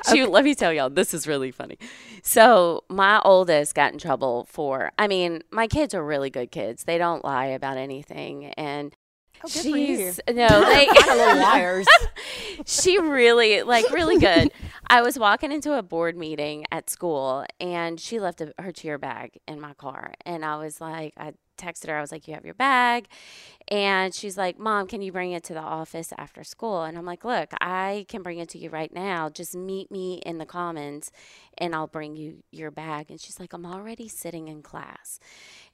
B: Shoot, let me tell y'all, this is really funny. So, my oldest got in trouble for, I mean, my kids are really good kids. They don't lie about anything. And
D: Oh, good for you.
B: she's, no, they,
E: Little liars.
B: she really, like, really good. I was walking into a board meeting at school and she left a, her cheer bag in my car. And I was like, I texted her, I was like, You have your bag. And she's like, Mom, can you bring it to the office after school? And I'm like, Look, I can bring it to you right now. Just meet me in the commons and I'll bring you your bag. And she's like, I'm already sitting in class.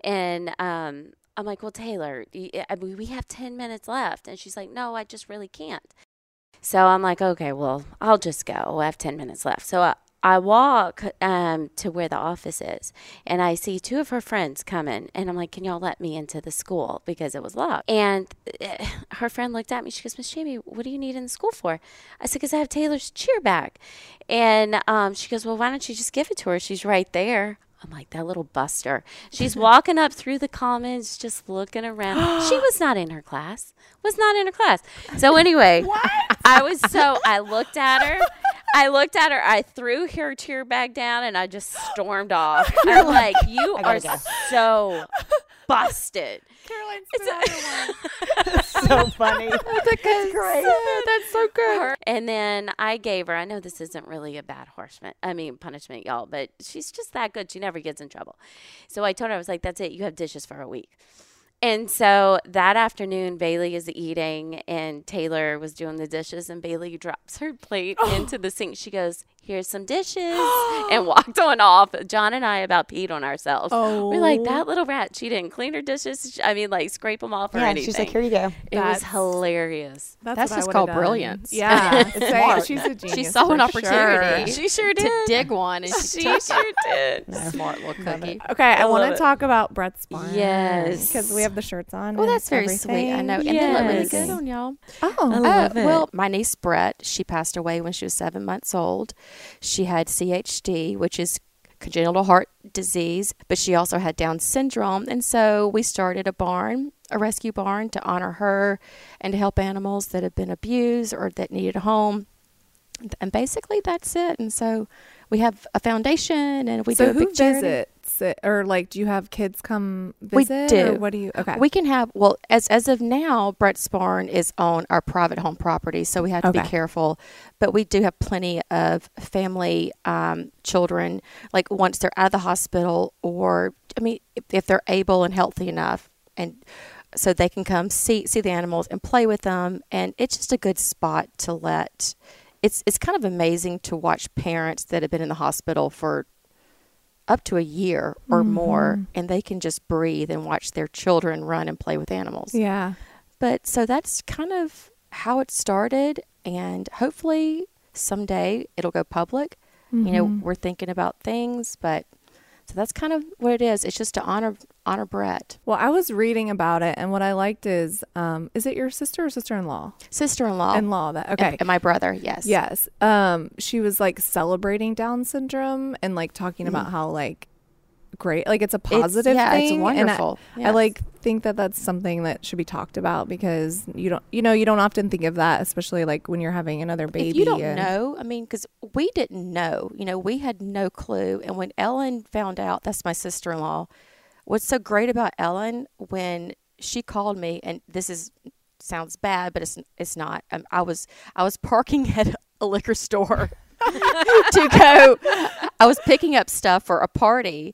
B: And, um, I'm like, well, Taylor, y- I mean, we have 10 minutes left. And she's like, no, I just really can't. So I'm like, okay, well, I'll just go. I have 10 minutes left. So I, I walk um, to where the office is and I see two of her friends coming. And I'm like, can y'all let me into the school? Because it was locked. And eh, her friend looked at me. She goes, Miss Jamie, what do you need in the school for? I said, because I have Taylor's cheer back. And um, she goes, well, why don't you just give it to her? She's right there. I'm like, that little buster. She's walking up through the commons, just looking around. she was not in her class, was not in her class. So, anyway, I was so, I looked at her. I looked at her. I threw her tear bag down and I just stormed off. I'm like, you are so busted.
F: Caroline's
E: <laughs> so
B: <laughs>
E: funny.
B: That's so good. And then I gave her, I know this isn't really a bad horseman, I mean, punishment, y'all, but she's just that good. She never gets in trouble. So I told her, I was like, that's it. You have dishes for a week. And so that afternoon, Bailey is eating, and Taylor was doing the dishes, and Bailey drops her plate
E: Oh.
B: into the sink. She goes, Here's some
E: <gasps>
B: dishes, and walked on off. John and I about peed on ourselves. We're like,
E: Oh.
B: That little rat, she didn't clean her dishes. I mean, like, scrape them off or
E: Yeah,
B: anything.
E: she's like, here you
B: it
E: go.
B: was
F: That's-
B: hilarious.
F: That's,
D: That's
F: what I
D: just
F: would've
D: called
F: done.
D: brilliance.
F: Yeah. Same.
E: Smart.
F: She's a genius.
D: She saw an
F: for
D: opportunity
F: sure.
B: She sure did.
D: to dig one, and she,
B: <laughs> She
D: took
B: sure did.
D: it. Smart little cookie.
F: Okay, I, want
B: love
F: to
B: it.
F: talk about Brett's barn.
B: Yes.
F: Because we have the shirts on.
D: Well,
F: and
D: Oh, that's very sweet. I
F: everything.
D: know, and they look really
B: Yes.
D: good on y'all.
F: Oh,
B: love it.
D: Uh, Well, my niece Brett, she passed away when she was seven months old. She had CHD, which is congenital heart disease, but she also had Down syndrome. And so we started a barn, a rescue barn, to honor her and to help animals that have been abused or that needed a home. And basically, that's it. And so we have a foundation, and we do
F: so
D: a
F: who
D: big charity.
F: visits it? Or like, do you have kids come
D: We
F: visit? Or
D: do.
F: what do you? Okay.
D: We can have well as as of now, Brett's barn is on our private home property, so we have to
F: Okay.
D: be careful. But we do have plenty of family um, children, like once they're out of the hospital, or I mean, if, if they're able and healthy enough, and so they can come see see the animals and play with them, and it's just a good spot to let. It's it's kind of amazing to watch parents that have been in the hospital for up to a year or
F: Mm-hmm.
D: more and they can just breathe and watch their children run and play with animals.
F: yeah.
D: But so that's kind of how it started and hopefully someday it'll go public. You know,
F: Mm-hmm.
D: we're thinking about things, but so that's kind of what it is. It's just to honor honor Brett.
F: Well, I was reading about it, and what I liked is, um, is it your sister or sister-in-law?
D: Oh. Sister-in-law
F: In-law. That
D: and-
F: okay.
D: and my brother, yes.
F: Yes. Um, she was like celebrating Down syndrome and like talking about how like great, like it's a positive
D: yeah, Mm. it's
F: thing.
D: wonderful.
F: And I, I
D: Yes.
F: like think that that's something that should be talked about because you don't, you know, you don't often think of that, especially like when you're having another baby.
D: If you don't
C: uh,
F: and-
D: know, I mean, because we didn't know, you know, we had no clue. And when Ellen found out, that's my sister in law. What's so great about Ellen when she called me, and this is sounds bad, but it's it's not. Um, I was I was parking <laughs> at a liquor store <laughs> to go. I was picking up stuff for a party,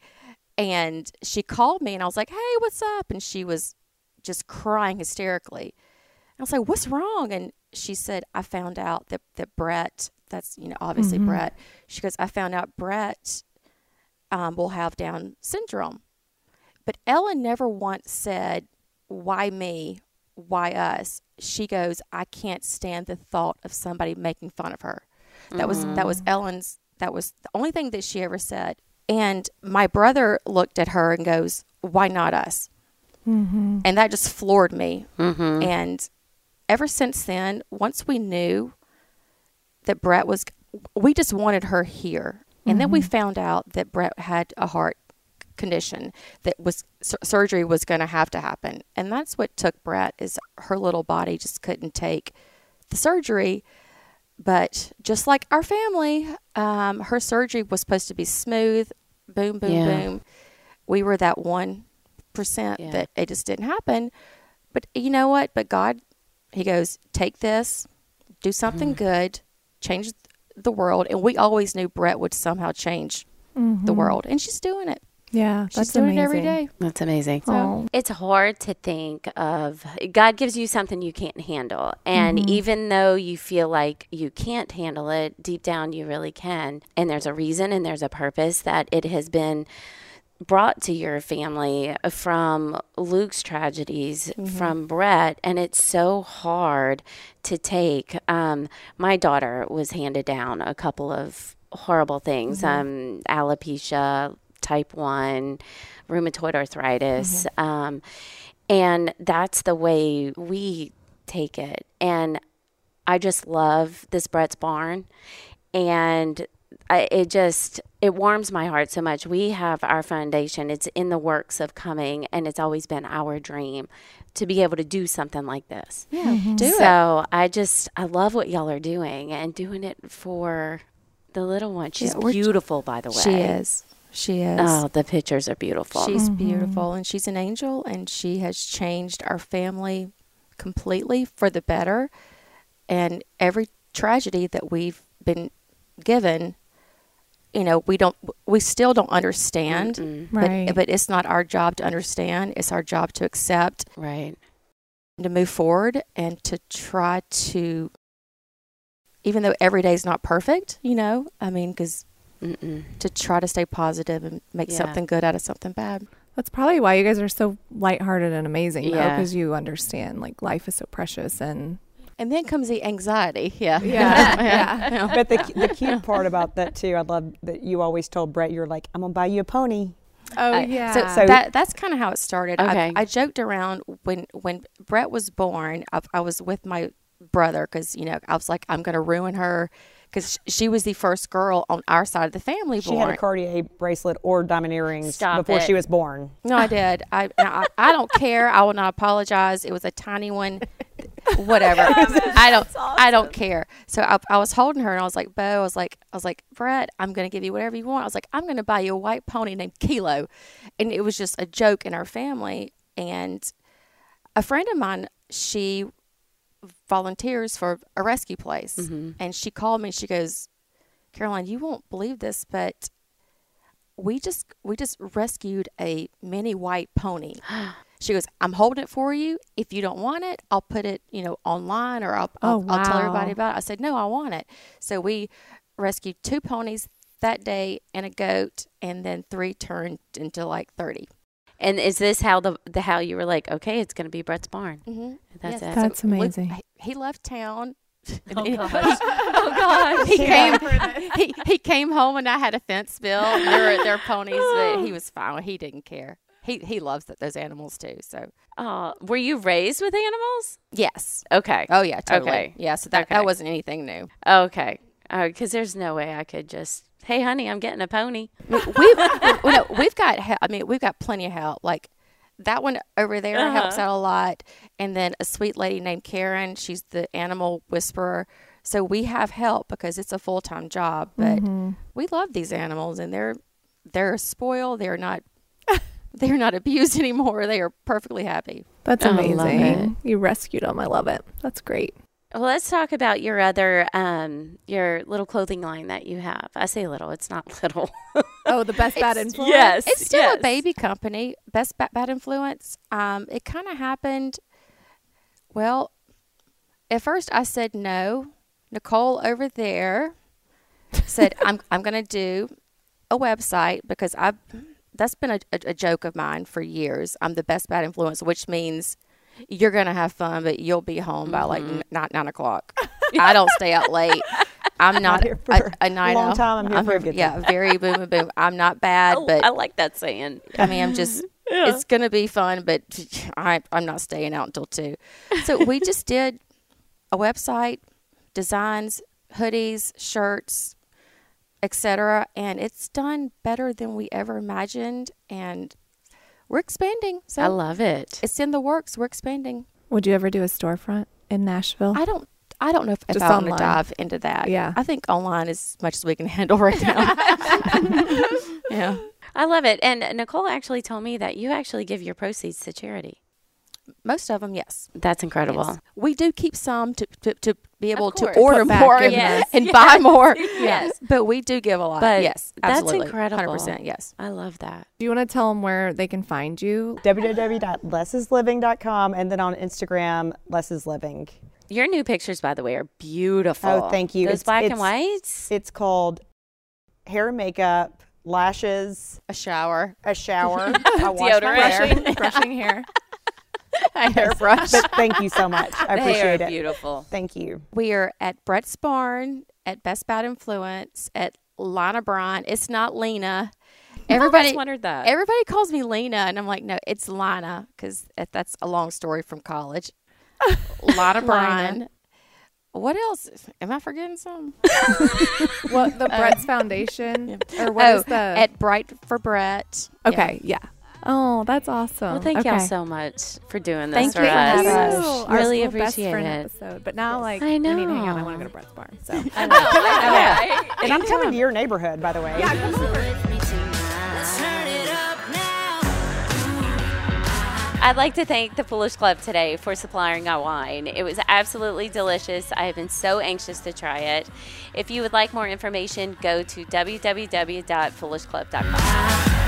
D: and she called me, and I was like, "Hey, what's up?" And she was just crying hysterically. I was like, "What's wrong?" And she said, "I found out that that Brett, that's you know obviously Brett." She goes, "I found out Brett um, will have Down syndrome," but Ellen never once said, "Why me? Why us?" She goes, "I can't stand the thought of somebody making fun of her." That was that was Ellen's. That was the only thing that she ever said. And my brother looked at her and goes, "Why not us?" and that just floored me. And ever since then, once we knew that Brett was, we just wanted her here. And then
B: Mm-hmm.
D: we found out that Brett had a heart condition that was sur- surgery was going to have to happen. And that's what took Brett is her little body just couldn't take the surgery. But just like our family, um, her surgery was supposed to be smooth, boom, boom,
B: Yeah.
D: boom. We were that one percent
B: Yeah.
D: that it just didn't happen. But you know what? But God, He goes, take this, do something
F: Mm-hmm.
D: good, change th- the world. And we always knew Brett would somehow change the world, and she's doing it.
F: Yeah,
D: She's
F: Mm-hmm. that's
D: doing
F: amazing.
D: it every day.
B: That's amazing.
F: Aw.
B: It's hard to think of God gives you something you can't handle. And even though you feel like you can't handle it, deep down you really can. And there's a reason and there's a purpose that it has been brought to your family from Luke's tragedies, from Brett. And it's so hard to take. Um, my daughter was handed down a couple of horrible things um, alopecia, type 1 rheumatoid arthritis um, and that's the way we take it and i just love this brett's barn and I, it just it warms my heart so much we have our foundation it's in the works of coming and it's always been our dream to be able to do something like this
D: Yeah, do it.
B: so i just i love what y'all are doing and doing it for the little one she's
D: we're-
B: beautiful by the way
D: She is. She is. Mm-hmm.
B: Oh, the pictures are beautiful.
D: She's beautiful and she's an angel and she has changed our family completely for the better. And every tragedy that we've been given, you know, we don't we still don't understand.
F: Right.
D: But but it's not our job to understand. It's our job to accept
B: right.
D: and to move forward and to try to even though every day is not perfect, you know, I mean, because
B: Mm-mm.
D: to try to stay positive and make
B: Yeah.
D: something good out of something bad.
F: That's probably why you guys are so lighthearted and amazing, though,
B: Yeah.
F: because you understand like life is so precious and
D: And then comes the anxiety.
F: <laughs>
D: <laughs> Yeah.
F: Yeah.
D: yeah.
E: But the,
B: <laughs>
E: the cute part about that too, I love that you always told Brett, you're like, I'm gonna buy you a pony.
F: oh
D: I-
F: yeah.
D: So,
E: So-
D: that that's kind of how it started.
B: Okay.
D: I, I joked around when when Brett was born. I, I was with my brother because you know I was like I'm going to ruin her because she was the first girl on our side of the family
E: She
D: born.
E: had a Cartier bracelet or diamond earrings
B: Stop
E: before
B: it.
E: she was born.
D: No, I did. I, and I I don't care. I will not apologize. It was a tiny one. Whatever. I don't. I don't care. So I, I was holding her and I was like, Bo. I was like, I was like, Brett. I'm gonna give you whatever you want. I was like, I'm gonna buy you a white pony named Kilo, and it was just a joke in our family. And a friend of mine, she volunteers for a rescue place,
F: Mm-hmm.
D: and she called me. and She goes, Caroline, you won't believe this, but we just we just rescued a mini white
F: <gasps>
D: pony. She goes, I'm holding it for you. If you don't want it, I'll put it, you know, online or I'll I'll,
F: Oh,
D: I'll tell
F: wow.
D: everybody about it. I said, No, I want it. So we rescued two ponies that day and a goat, and then three turned into like 30
B: And is this how the, the how you were like, okay, it's going to be Brett's barn?
D: Mm-hmm.
B: That's it.
F: That's amazing.
D: he left town. <laughs>
B: <laughs> Oh,
D: He-
B: gosh. oh gosh.
D: <laughs> he came <laughs> he, he came home and I had a fence bill. There were there were ponies,
B: <laughs>
D: but he was fine. He didn't care. He he loves that those animals too. So
B: Oh, were you raised with animals?
D: yes.
B: Okay.
D: Oh yeah, totally.
B: Okay.
D: Yeah, so that,
B: Okay.
D: that wasn't anything new.
B: Okay. Because there's no way I could just, hey, honey, I'm getting a pony.
D: We- We've we- no, we've got he- I mean we've got plenty of help. Like that one over there helps out a lot, and then a sweet lady named Karen. She's the animal whisperer. So we have help because it's a full time job. But we love these animals, and they're they're spoiled. They're not <laughs> they're not abused <laughs> anymore. They are perfectly happy.
F: That's
B: I love
F: amazing. You rescued them. I love it. That's great.
B: Well, let's talk about your other, um, your little clothing line that you have. I say little, it's not <laughs> little.
F: Oh, the best bad influence.
B: yes.
D: It's still
B: yes.
D: a baby company. Best Bad, Bad Influence. Um, it kind of happened. Well, at first I said no. Nicole over there said, "I'm <laughs> I'm going to do a website because I that's been a, a, a joke of mine for years. I'm the best bad influence, which means you're going to have fun, but you'll be home by like
E: Mm-hmm.
D: n- nine, nine
E: <laughs>
D: o'clock. I don't stay out late. I'm not
E: here for
D: a, a night
E: long
D: owl.
E: time. Oh, I'm here for a good
D: yeah, very boom boom boom. I'm not
E: <laughs>
D: bad,
B: I,
D: but
B: Oh, I like that saying.
D: I mean, I'm just, it's going to be fun, but <laughs> I, I'm not staying out until two. So we just did a website, designs, hoodies, shirts, etc. And it's done better than we ever imagined. And we're expanding. So
B: I love it.
D: it's in the works. We're expanding.
C: Oh.
F: Would you ever do a storefront in Nashville?
D: I don't, I don't know if, if
F: Just
D: I want to
F: online.
D: dive into that.
F: Yeah.
D: I think online is as much as we can <laughs> handle right now. <laughs> yeah.
B: I love it. And Nicole actually told me that you actually give your proceeds to charity.
D: Most of them, yes.
B: That's incredible.
D: We do keep some to, to, to be able to
B: course.
D: order
F: Put back
D: more
F: in
B: Yes.
D: <laughs> and
B: Yes.
D: buy more.
B: Yes.
D: But we do give a lot.
B: But
D: yes.
B: that's
D: Absolutely.
B: incredible.
D: 100%. Yes.
B: I love that.
F: Do you want to tell them where they can find
B: <laughs>
F: you?
E: www.lessisliving.com and then on Instagram, Less is Living.
B: Your new pictures, by the way, are beautiful.
E: Oh, thank you.
B: Those
E: It's-
B: black and
E: it's-
B: whites.
E: It's called Hair and Makeup, Lashes,
D: A <laughs> shower,
B: <laughs>
E: a shower, a wash my
B: Deodorant.
E: hair.
F: Brushing, brushing hair.
D: a hairbrush.
E: But thank you so much.
B: they
E: I
B: are
E: appreciate it.
B: beautiful.
E: Thank you.
D: We are at Brett's Barn, at Best Bad Influence, at Lana Bryant. It's not Lena. Everybody
B: wondered that.
D: Everybody calls me Lena, and I'm like, no, it's Lana because that's a long story from college. Lana Bryant. What else? Am I forgetting some?
F: <laughs> What the Brett's Foundation or what
B: Oh,
F: is the?
D: at Bright for Brett. Yeah.
F: okay, yeah. Oh, that's awesome.
B: Well, thank
F: okay.
B: y'all so much for doing
D: Thank
B: this
D: you
B: for
D: for
B: us.
D: having us.
F: Our
B: Really
F: school best
B: appreciate
F: friend
B: it.
F: Episode. But now, like,
B: I
F: I, need to hang out. I
B: know.
F: want to go to Brett's Barn.
B: <laughs>
F: So
B: Oh,
E: And I'm coming to your neighborhood, by the way.
B: I'd like to thank the Foolish Club today for supplying our wine. It was absolutely delicious. I have been so anxious to try it. If you would like more information, go to www.foolishclub.com.